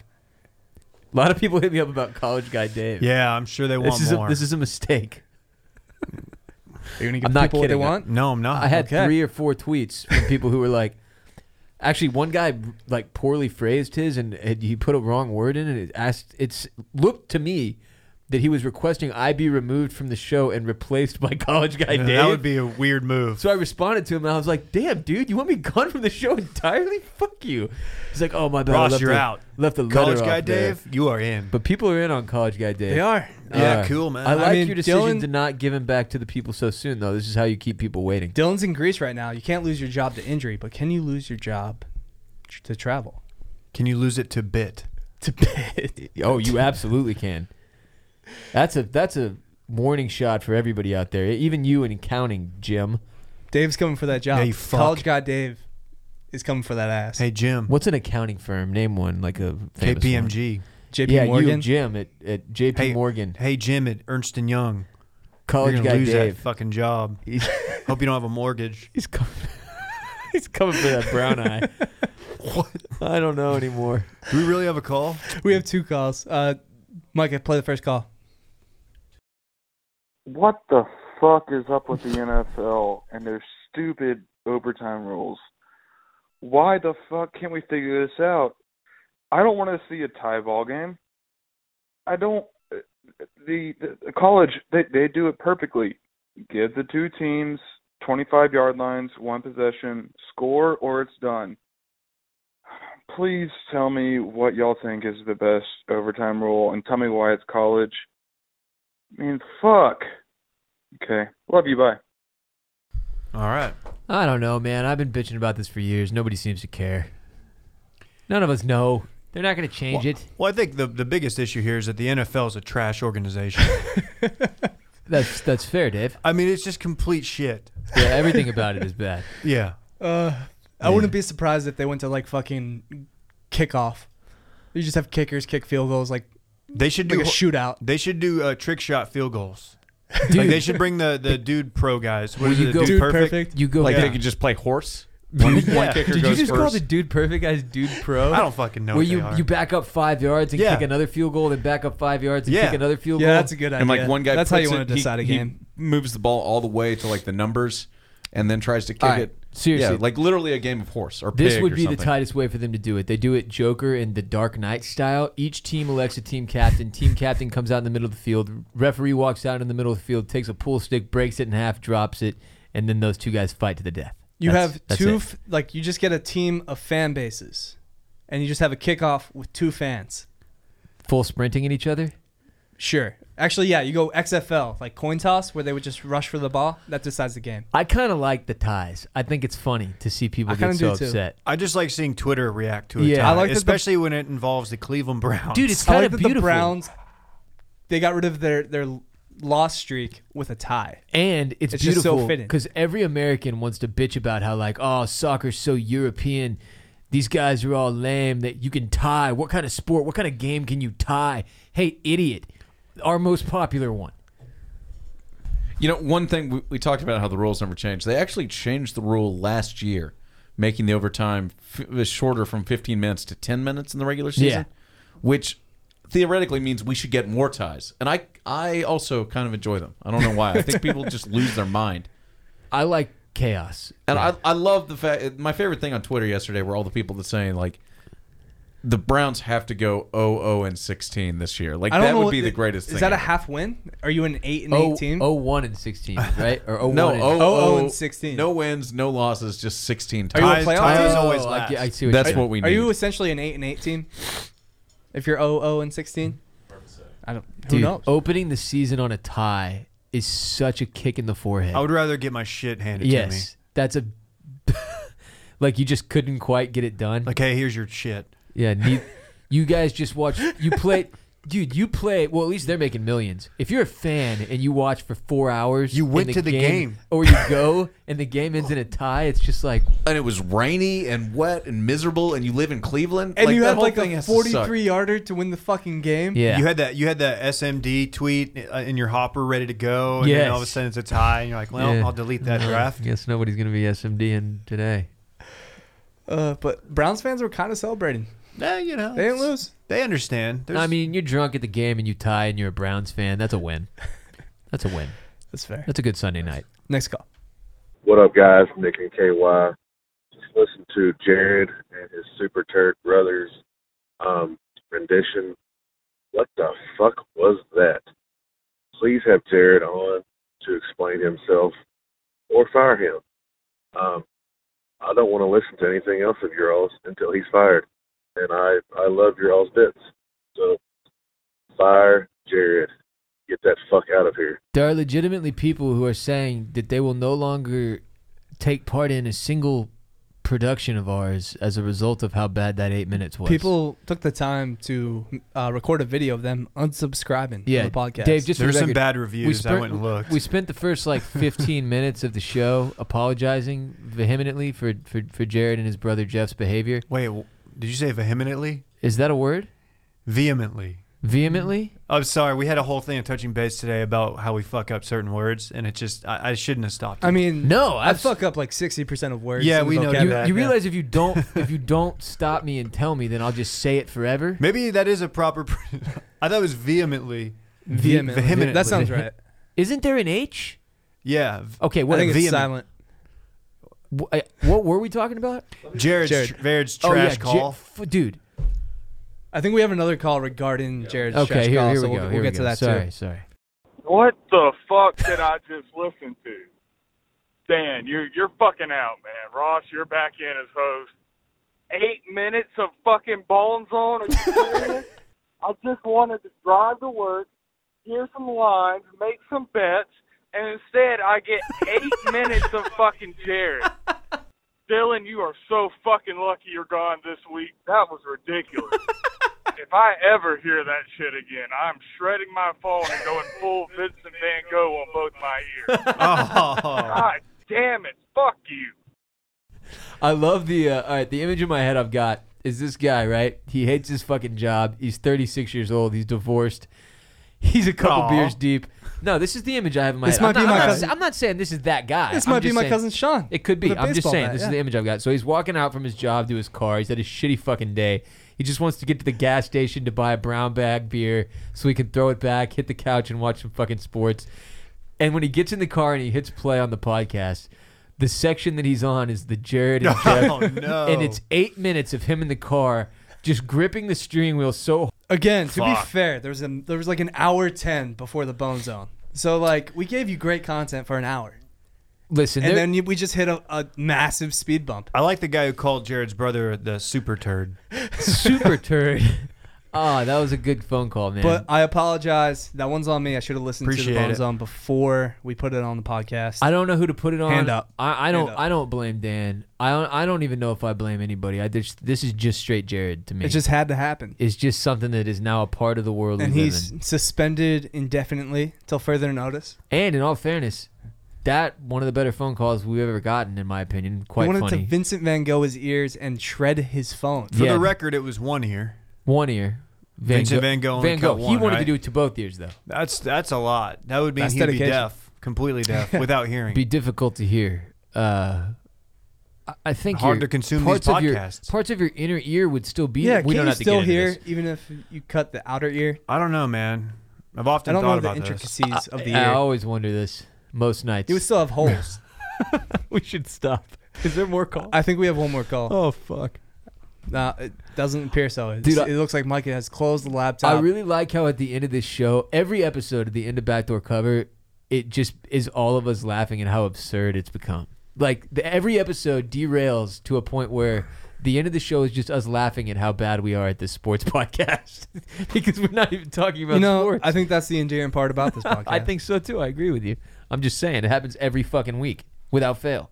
A lot of people hit me up about college guy Dave. yeah, I'm sure they want This is a, more. this is a mistake. Are you gonna give I'm not people what they kidding. want? no, I'm not. I had Okay. three or four tweets from people who were like, actually, one guy like poorly phrased his and and he put a wrong word in it. It asked, it's looked to me that he was requesting I be removed from the show and replaced by college guy Dave. That would be a weird move. so I responded to him and I was like, "Damn, dude, you want me gone from the show entirely? Fuck you." He's like, "Oh my bad, I Ross, left you're the- out. Left the letter College off guy there." Dave, you are in. But people are in on college guy Dave. They are. yeah, Uh, cool man. I like mean, your decision Dylan- to not give him back to the people so soon, though. This is how you keep people waiting. Dylan's in Greece right now. You can't lose your job to injury, but can you lose your job tr- to travel? Can you lose it to bit? To bed. Oh, you absolutely can. That's a that's a warning shot for everybody out there, even you in counting, Jim. Dave's coming for that job. Yeah, you fuck. College Guy Dave is coming for that ass. Hey Jim, What's an accounting firm? Name one like a famous one. KPMG. JP yeah, you Morgan. and Jim at, at JP Hey, Morgan. Hey Jim at Ernst and Young. College You're gonna guy lose Dave. that fucking job. He's- Hope you don't have a mortgage. He's coming. he's coming for that brown eye. what? I don't know anymore. Do we really have a call? we have two calls. Uh, Micah, play the first call. what the fuck is up with the NFL and their stupid overtime rules? Why the fuck can't we figure this out? I don't want to see a tie ball game. I don't. uh, The, the, the college they they do it perfectly. Give the two teams 25 yard lines, one possession, score or it's done. Please tell me what y'all think is the best overtime rule and tell me why it's college. I mean, fuck. Okay. Love you. Bye. All right. I don't know, man. I've been bitching about this for years. Nobody seems to care. None of us know. They're not going to change Well, it. well, I think the, the biggest issue here is that the NFL is a trash organization. That's that's fair, Dave. I mean, it's just complete shit. Yeah, everything about it is bad. Yeah. Uh, I wouldn't be surprised if they went to like fucking kickoff. You just have kickers kick field goals, like They should do like a shootout. They should do uh, trick shot field goals. Dude, Like they should bring the, the dude pro guys. What is you it, go- Dude dude, perfect? you go Like Yeah. they could just play horse. One- one kicker Did you goes just call first. the dude perfect guys dude pro? I don't fucking know. Where what you, they are. you back up five yards and Yeah. kick another field goal, then back up five yards and Yeah. kick another field Yeah, goal. that's a good idea. And like one guy, that's how puts you want it- to he- decide a he game. moves the ball all the way to like the numbers, and then tries to kick All right. it. Seriously. yeah, like literally a game of horse or this pig would or be the something. tightest way for them to do it. They do it Joker in the Dark Knight style. Each team elects a team captain. Team captain comes out in the middle of the field. Referee walks out in the middle of the field, takes a pool stick, breaks it in half, drops it, and then those two guys fight to the death. You That's- have that's two, it. f- like you just get a team of fan bases, and you just have a kickoff with two fans. full sprinting at each other. Sure. Actually, yeah, you go XFL, like coin toss, where they would just rush for the ball. That decides the game. I kind of like the ties. I think it's funny to see people I get kinda so do too. upset. I just like seeing Twitter react to it. Yeah. Yeah, I I like that the- especially when it involves the Cleveland Browns. Dude, it's Um, I kind like of that beautiful. the Browns, they got rid of their their loss streak with a tie. And it's, It's just so beautiful fitting. because every American wants to bitch about how like, oh, soccer's so European. These guys are all lame. That you can tie. What kind of sport? What kind of game can you tie? Hey, idiot! Our most popular one. You know, one thing we, we talked about how the rules never change. They actually changed the rule last year, making the overtime f- was shorter from 15 minutes to 10 minutes in the regular season, which theoretically means we should get more ties. And I I also kind of enjoy them. I don't know why. I think people just lose their mind. I like chaos. And I, I love the fact. My favorite thing on Twitter yesterday were all the people that saying like, the Browns have to go 0 and 16 this year. Like I don't that know would what be the the- greatest thing. Is that a ever. half win? Are you an eight and Oh, eighteen? oh, 01 and 16, right? Or 01 no and, oh, 0 0 and 16. No wins, no losses, just 16 Are you a ties. Ties- playoff ties team? always Oh, I, last. get- I see what That's you mean. what we need. Are you essentially an eight and eighteen? If you're 0 and sixteen, I don't. Who Dude, Oh, knows? opening the season on a tie is such a kick in the forehead. I would rather get my shit handed to me. yes, that's a like you just couldn't quite get it done. Like, hey, here's your shit. Yeah, need, you guys just watch. You play, dude. You play. Well, at least they're making millions. If you're a fan and you watch for four hours, You went and to the game. or you go and the game ends in a tie. It's just like and it was rainy and wet and miserable, and you live in Cleveland. and you that have whole like thing a has to suck. forty-three yarder to win the fucking game. yeah. You had that you had that SMD tweet uh, in your hopper ready to go, and then all of a Yes. sudden it's a tie, and you're like, well, Yeah. I'll delete that Uh, draft. Guess nobody's gonna be SMD in today. Uh, but Browns fans were kind of celebrating. Nah, you know, They didn't it's- lose. They understand. There's, I mean, you're drunk at the game and you tie and you're a Browns fan. That's a win. That's a win. That's fair. That's a good Sunday night. Next call. What up, guys? Nick and KY. Just listen to Jared and his Super Turd Brothers um, rendition. What the fuck was that? Please have Jared on to explain himself or fire him. Um, I don't want to listen to anything else of your alls until he's fired. And I, I love your alls bits. So fire Jared. Get that fuck out of here. There are legitimately people who are saying that they will no longer take part in a single production of ours as a result of how bad that eight minutes was. People took the time to uh, record a video of them unsubscribing yeah, from the podcast. Dave, just for there's the some record, bad reviews. I spent- went and looked. We spent the first like 15 minutes of the show apologizing vehemently for, for for Jared and his brother Jeff's behavior. Wait, w- did you say vehemently? Is that a word? Vehemently. Vehemently? I'm sorry. We had a whole thing of touching base today about how we fuck up certain words, and it just I, I shouldn't have stopped. I it. mean, No, I abs- fuck up like sixty percent of words. Yeah, in the we know vocabulary. You, that, you yeah. realize if you don't if you don't stop me and tell me, then I'll just say it forever. maybe that is a proper. pr- I thought it was vehemently. vehemently. vehemently. That sounds right. Isn't there an H? Yeah. v- Okay, I what think it's vehement. silent. wh- I- what were we talking about? Jared's, Jared. Jared. Jared's trash Oh, J- call. f- dude. I think we have another call regarding Jared's Okay, trash here, call, here so we we'll, go. we'll here we get to go. that sorry, too. sorry. What the fuck did I just listen to? Dan, you're you're fucking out, man. Ross, you're back in as host. Eight minutes of fucking bones on. Are you serious? I just wanted to drive to work, hear some lines, make some bets, and instead I get eight minutes of fucking Jared. Dylan, you are so fucking lucky you're gone this week. That was ridiculous. if I ever hear that shit again, I'm shredding my phone and going full Vincent Van Gogh on both my ears. Oh, God damn it. Fuck you. I love the uh, all right. The image in my head I've got is this guy right. He hates his fucking job. He's 36 years old. He's divorced. He's a couple Aw. beers deep. No, this is the image I have in my This head. might I'm, be not, my I'm not cousin- sa- I'm not saying this is that guy. This I'm might be just my saying- cousin Sean. It could be. with a I'm just baseball saying. bat, This yeah. is the image I've got. So he's walking out from his job to his car. He's had a shitty fucking day. He just wants to get to the gas station to buy a brown bag beer so he can throw it back, hit the couch, and watch some fucking sports. And when he gets in the car and he hits play on the podcast, the section that he's on is the Jared and Jeff. Oh, no. And it's eight minutes of him in the car just gripping the steering wheel so Again, to be fair, there was a, there was like an hour ten before the bone zone. So like we gave you great content for an hour, Listen, and there- then you- we just hit a, a massive speed bump. I like the guy who called Jared's brother the super turd. super turd. Ah, that was a good phone call, man. But I apologize. That one's on me. I should have listened to Appreciate the bone it. zone before we put it on the podcast. I don't know who to put it on. Hand up. I, I don't. Hand up. I don't blame Dan. I don't. I don't even know if I blame anybody. I just. This is just straight Jared to me. it just had to happen. it's just something that is now a part of the world And we live he's in. suspended indefinitely till further notice. And in all fairness, that one of the better phone calls we've ever gotten, in my opinion. Quite he wanted funny. to Vincent Van Gogh his ears and shred his phone. For Yeah. the record, it was one ear. one ear. Van Gogh. Vincent Van Gogh only Van cut Gogh. he one, wanted to right? do it to both ears though. That's that's a lot. That would mean That's he'd dedication. be deaf, completely deaf, without hearing. Be difficult to hear. Uh, I- I think Hard your- to consume these parts of your- podcasts. parts of your inner ear would still be. Yeah, there. we can don't you have to still get into hear this. even if you cut the outer ear? I don't know, man. I've often I don't thought know the about this. intricacies of the I ear. always wonder this. Most nights. He would still have holes. we should stop. Is there more calls? oh, I think we have one more call. oh fuck. No, it doesn't appear so. It's- Dude, I- it looks like Mike has closed the laptop. I really like how at the end of this show, every episode at the end of Backdoor Cover, it just is all of us laughing at how absurd it's become. Like the, every episode derails to a point where the end of the show is just us laughing at how bad we are at this sports podcast because we're not even talking about you know, sports. I think that's the endearing part about this podcast. I think so too. I agree with you. I'm just saying it happens every fucking week without fail.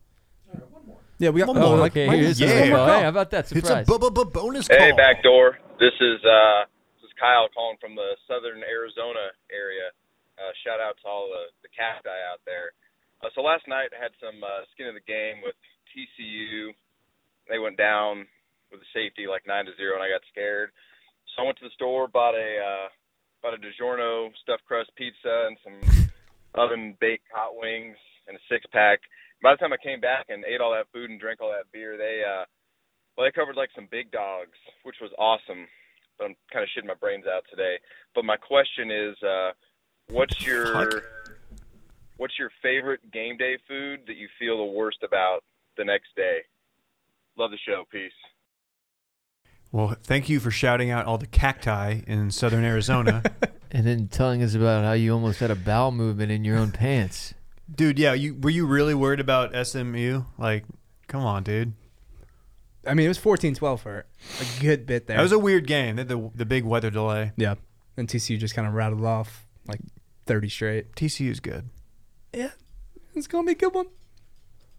Yeah, we got. Oh, oh, okay, Mike- here it is. Mike- Hey, Mike- how about that It's surprise? a bu- bu- bu- bonus call. Hey, backdoor. This is uh, this is Kyle calling from the southern Arizona area. Uh, shout out to all the, the cacti out there. Uh, so last night I had some uh, skin in the game with TCU. They went down with the safety like nine to zero, and I got scared. So I went to the store, bought a uh, bought a DiGiorno stuffed crust pizza and some oven baked hot wings and a six pack. By the time I came back and ate all that food and drank all that beer, they uh, well, they covered like some big dogs, which was awesome. But I'm kind of shitting my brains out today. But my question is, uh, what's your what's your favorite game day food that you feel the worst about the next day? Love the show. Peace. Well, thank you for shouting out all the cacti in southern Arizona. and then telling us about how you almost had a bowel movement in your own pants. dude, yeah, you were you really worried about SMU? Like, come on, dude. I mean, it was 14-12 for a good bit there. That was a weird game. They had the the big weather delay. yeah, and TCU just kind of rattled off like thirty straight. TCU's good. Yeah, it's gonna be a good one.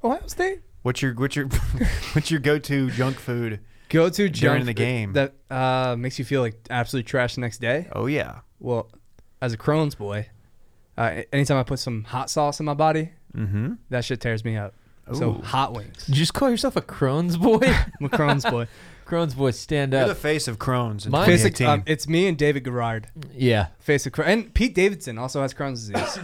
Ohio State. What's your what's your what's your go to junk food? Go to junk the game. that uh, makes you feel like absolute trash the next day. Oh yeah, Well, as a Crohn's boy, uh, anytime I put some hot sauce in my body, mm-hmm. that shit tears me up. So hot wings. Did you just call yourself a Crohn's boy? I'm a Crohn's boy. Crohn's boy, stand you're the up. face of Crohn's. in Mine- Face of- 2018. um, it's me and David Garrard. yeah. Face of Crohn's. And Pete Davidson also has Crohn's disease.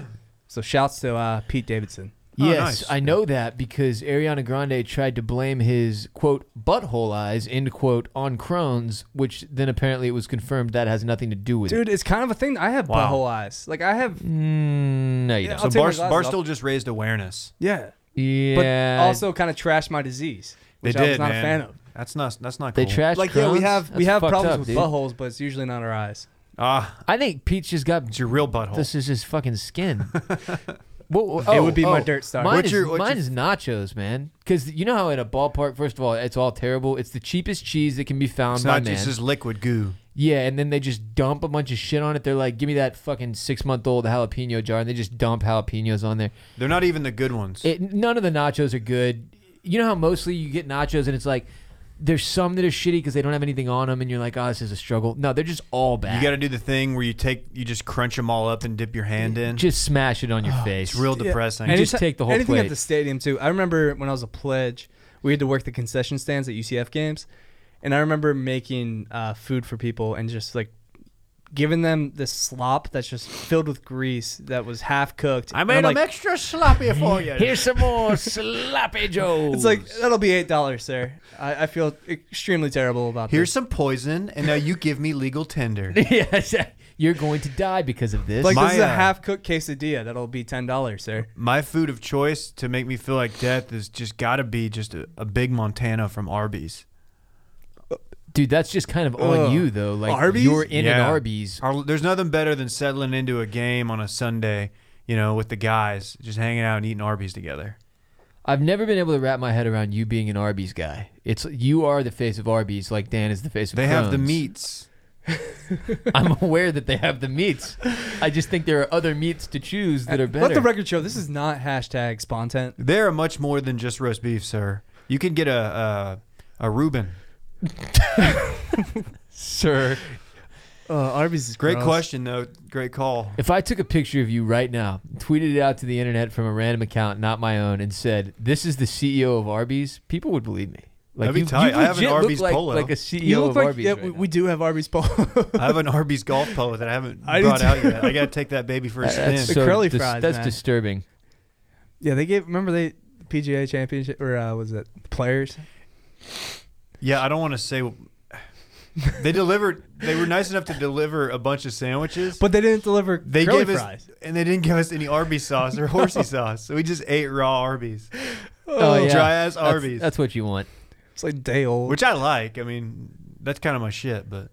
so shouts to uh, Pete Davidson. Yes, nice. I know that because Ariana Grande tried to blame his quote butthole eyes end quote on Crohn's, which then apparently it was confirmed that has nothing to do with it. Dude, it's kind of a thing. I have Wow. butthole eyes. Like, I have. Mm, no, you Yeah, don't. so I'll take my Bar- glasses Barstool just raised awareness. Yeah. But Yeah, also kind of trashed my disease, They which I did, was not man. a fan of. That's not that's not they cool. trashed. Like, yeah, we Crohn's? have we That's have fucked problems up, with dude. buttholes, but it's usually not our eyes. ah, I think Pete's just got it's your real butthole. this is his fucking skin. Whoa, whoa, It oh, would be my oh. dirt star. Mine, What's is, your- what's mine your- is nachos, man. Because you know how at a ballpark, first of all, it's all terrible. It's the cheapest cheese that can be found it's by not man. just this liquid goo. Yeah, and then they just dump a bunch of shit on it. They're like, give me that fucking six month old jalapeno jar, and they just dump jalapenos on there. They're not even the good ones. It, none of the nachos are good. You know how mostly you get nachos, and it's like, there's some that are shitty because they don't have anything on them, and you're like, oh, this is a struggle. No, they're just all bad. you got to do the thing where you take you just crunch them all up and dip your hand in. just smash it on your face. it's real depressing. And Just- just take the whole anything plate. at the stadium too. I remember when I was a pledge, we had to work the concession stands at UCF games, and I remember making uh, food for people and just like giving them this slop that's just filled with grease that was half cooked. And I'm like, extra sloppy for you. Here's some more sloppy joes. It's like that'll be eight dollars, sir. I, I feel extremely terrible about Here's this. some poison, and now you give me legal tender. yes, you're going to die because of this. Like my, this is a uh, half cooked quesadilla that'll be ten dollars, sir. My food of choice to make me feel like death is just got to be just a, a big Montana from Arby's. Dude, that's just kind of on Ugh. you though. Like uh, Arby's? you're in an Yeah. Arby's. Our- there's nothing better than settling into a game on a Sunday, you know, with the guys, just hanging out and eating Arby's together. I've never been able to wrap my head around you being an Arby's guy. It's you are the face of Arby's, like Dan is the face of. They have the Crohn's. meats. I'm aware that they have the meats. I just think there are other meats to choose that are better. Let the record show this is not hashtag spontent. They are much more than just roast beef, sir. You can get a a, a Reuben. sir. Uh, Arby's is Great gross. question though. Great call. If I took a picture of you right now, tweeted it out to the internet from a random account, not my own, and said, "This is the CEO of Arby's," people would believe me. Like That'd be tight. I have an legit look Arby's like, polo. like a CEO You look of like Arby's. yeah, right we, now. we do have Arby's polo. I have an Arby's golf polo that I haven't I do brought out too. yet. I got to take that baby for a spin. that's The so curly dis- fries, that's man. disturbing. Yeah, they gave. Remember they PGA Championship or uh, was it players? Yeah, I don't want to say. They delivered. They were nice enough to deliver a bunch of sandwiches, But they didn't deliver. they curly gave us fries. and they didn't give us any Arby's sauce or horsey sauce, so we just ate raw Arby's. Oh, yeah. dry ass That's- Arby's. That's what you want. It's like day old. which I like. I mean, that's kind of my shit, but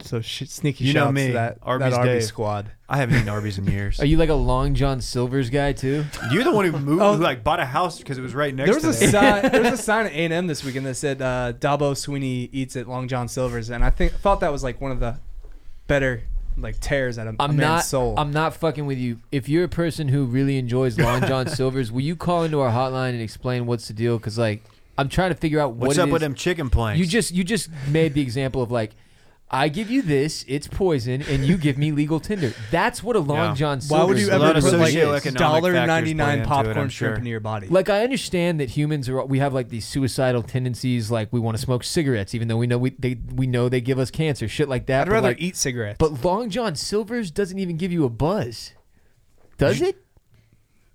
so sh- sneaky You know shouts me, to that Arby's that Arby's Dave. squad. I haven't eaten Arby's in years. Are you like a Long John Silver's guy too? You're the one who moved, Oh. who like bought a house because it was right next There was to a that. sign. There was a sign at A and M this weekend that said uh, Dabo Sweeney eats at Long John Silver's, and I think thought that was like one of the better like tears at a, a I'm man's not. Oh, soul. I'm not fucking with you. If you're a person who really enjoys Long John Silver's, will you call into our hotline and explain what's the deal? Because like I'm trying to figure out what What's it up is- with them chicken planks? You just you just made the example of like. I give you this, it's poison, and you give me legal tender. That's what a Long Yeah. John Silver's Why would you There's a ever lot of put like socioeconomic dollar factors ninety play nine into it, popcorn I'm shrimp sure. into your body? Like I understand that humans are we have like these suicidal tendencies, like we want to smoke cigarettes, even though we know we they we know they give us cancer, shit like that. I'd but, rather like- eat cigarettes. But Long John Silver's doesn't even give you a buzz, does it?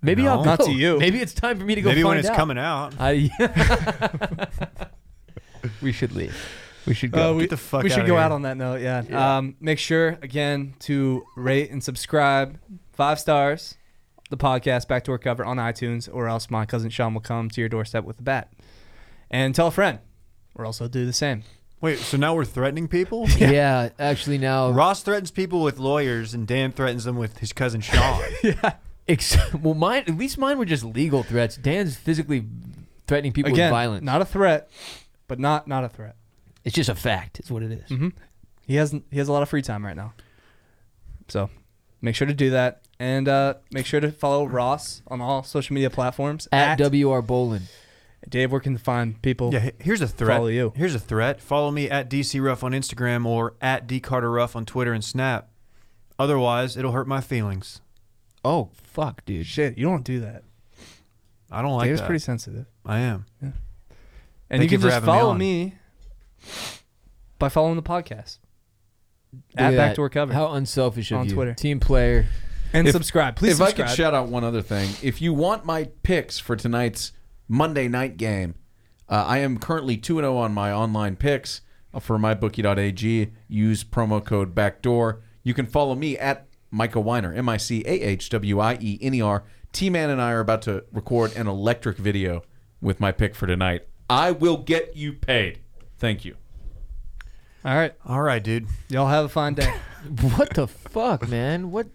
Maybe No. I'll Not go. to you. Maybe it's time for me to go. maybe when find it's out. coming out. I, we should leave. We should go. Uh, we, Get the fuck we should outta go here. out on that note, yeah. Um, make sure again to rate and subscribe five stars the podcast backdoor cover on iTunes, or else my cousin Sean will come to your doorstep with a bat. And tell a friend, or else he'll do the same. Wait, so now we're threatening people? yeah. actually now. Ross threatens people with lawyers, and Dan threatens them with his cousin Sean. Ex- well, mine at least mine were just legal threats. Dan's physically threatening people Again, with violence. not a threat, but not not a threat. it's just a fact. It's what it is. Mm-hmm. He has he has a lot of free time right now, so make sure to do that, and uh, make sure to follow Ross on all social media platforms At, WR Bolin. Dave. Where can you find people? Yeah, he- here's a threat. Follow you. Here's a threat. Follow me at DC Ruff on Instagram or at D Carter Ruff on Twitter and Snap. Otherwise, it'll hurt my feelings. Oh fuck, dude. Shit, you don't do that. I don't like Dave's that. pretty sensitive. I am. And Thank you you can for just having me follow on. me, by following the podcast Look at that. Backdoor Cover How unselfish of On you. Twitter. Team player. and If- subscribe. Please if subscribe. I could shout out one other thing, if you want my picks for tonight's Monday night game, uh, I am currently 2 0 on my online picks uh, for mybookie.ag. Use promo code backdoor. You can follow me at Michael Weiner, M I C A H W I E N E R. T Man and I are about to record an electric video with my pick for tonight. I will get you paid. Thank you. All right, All right, dude. y'all have a fine day. What the fuck, man? What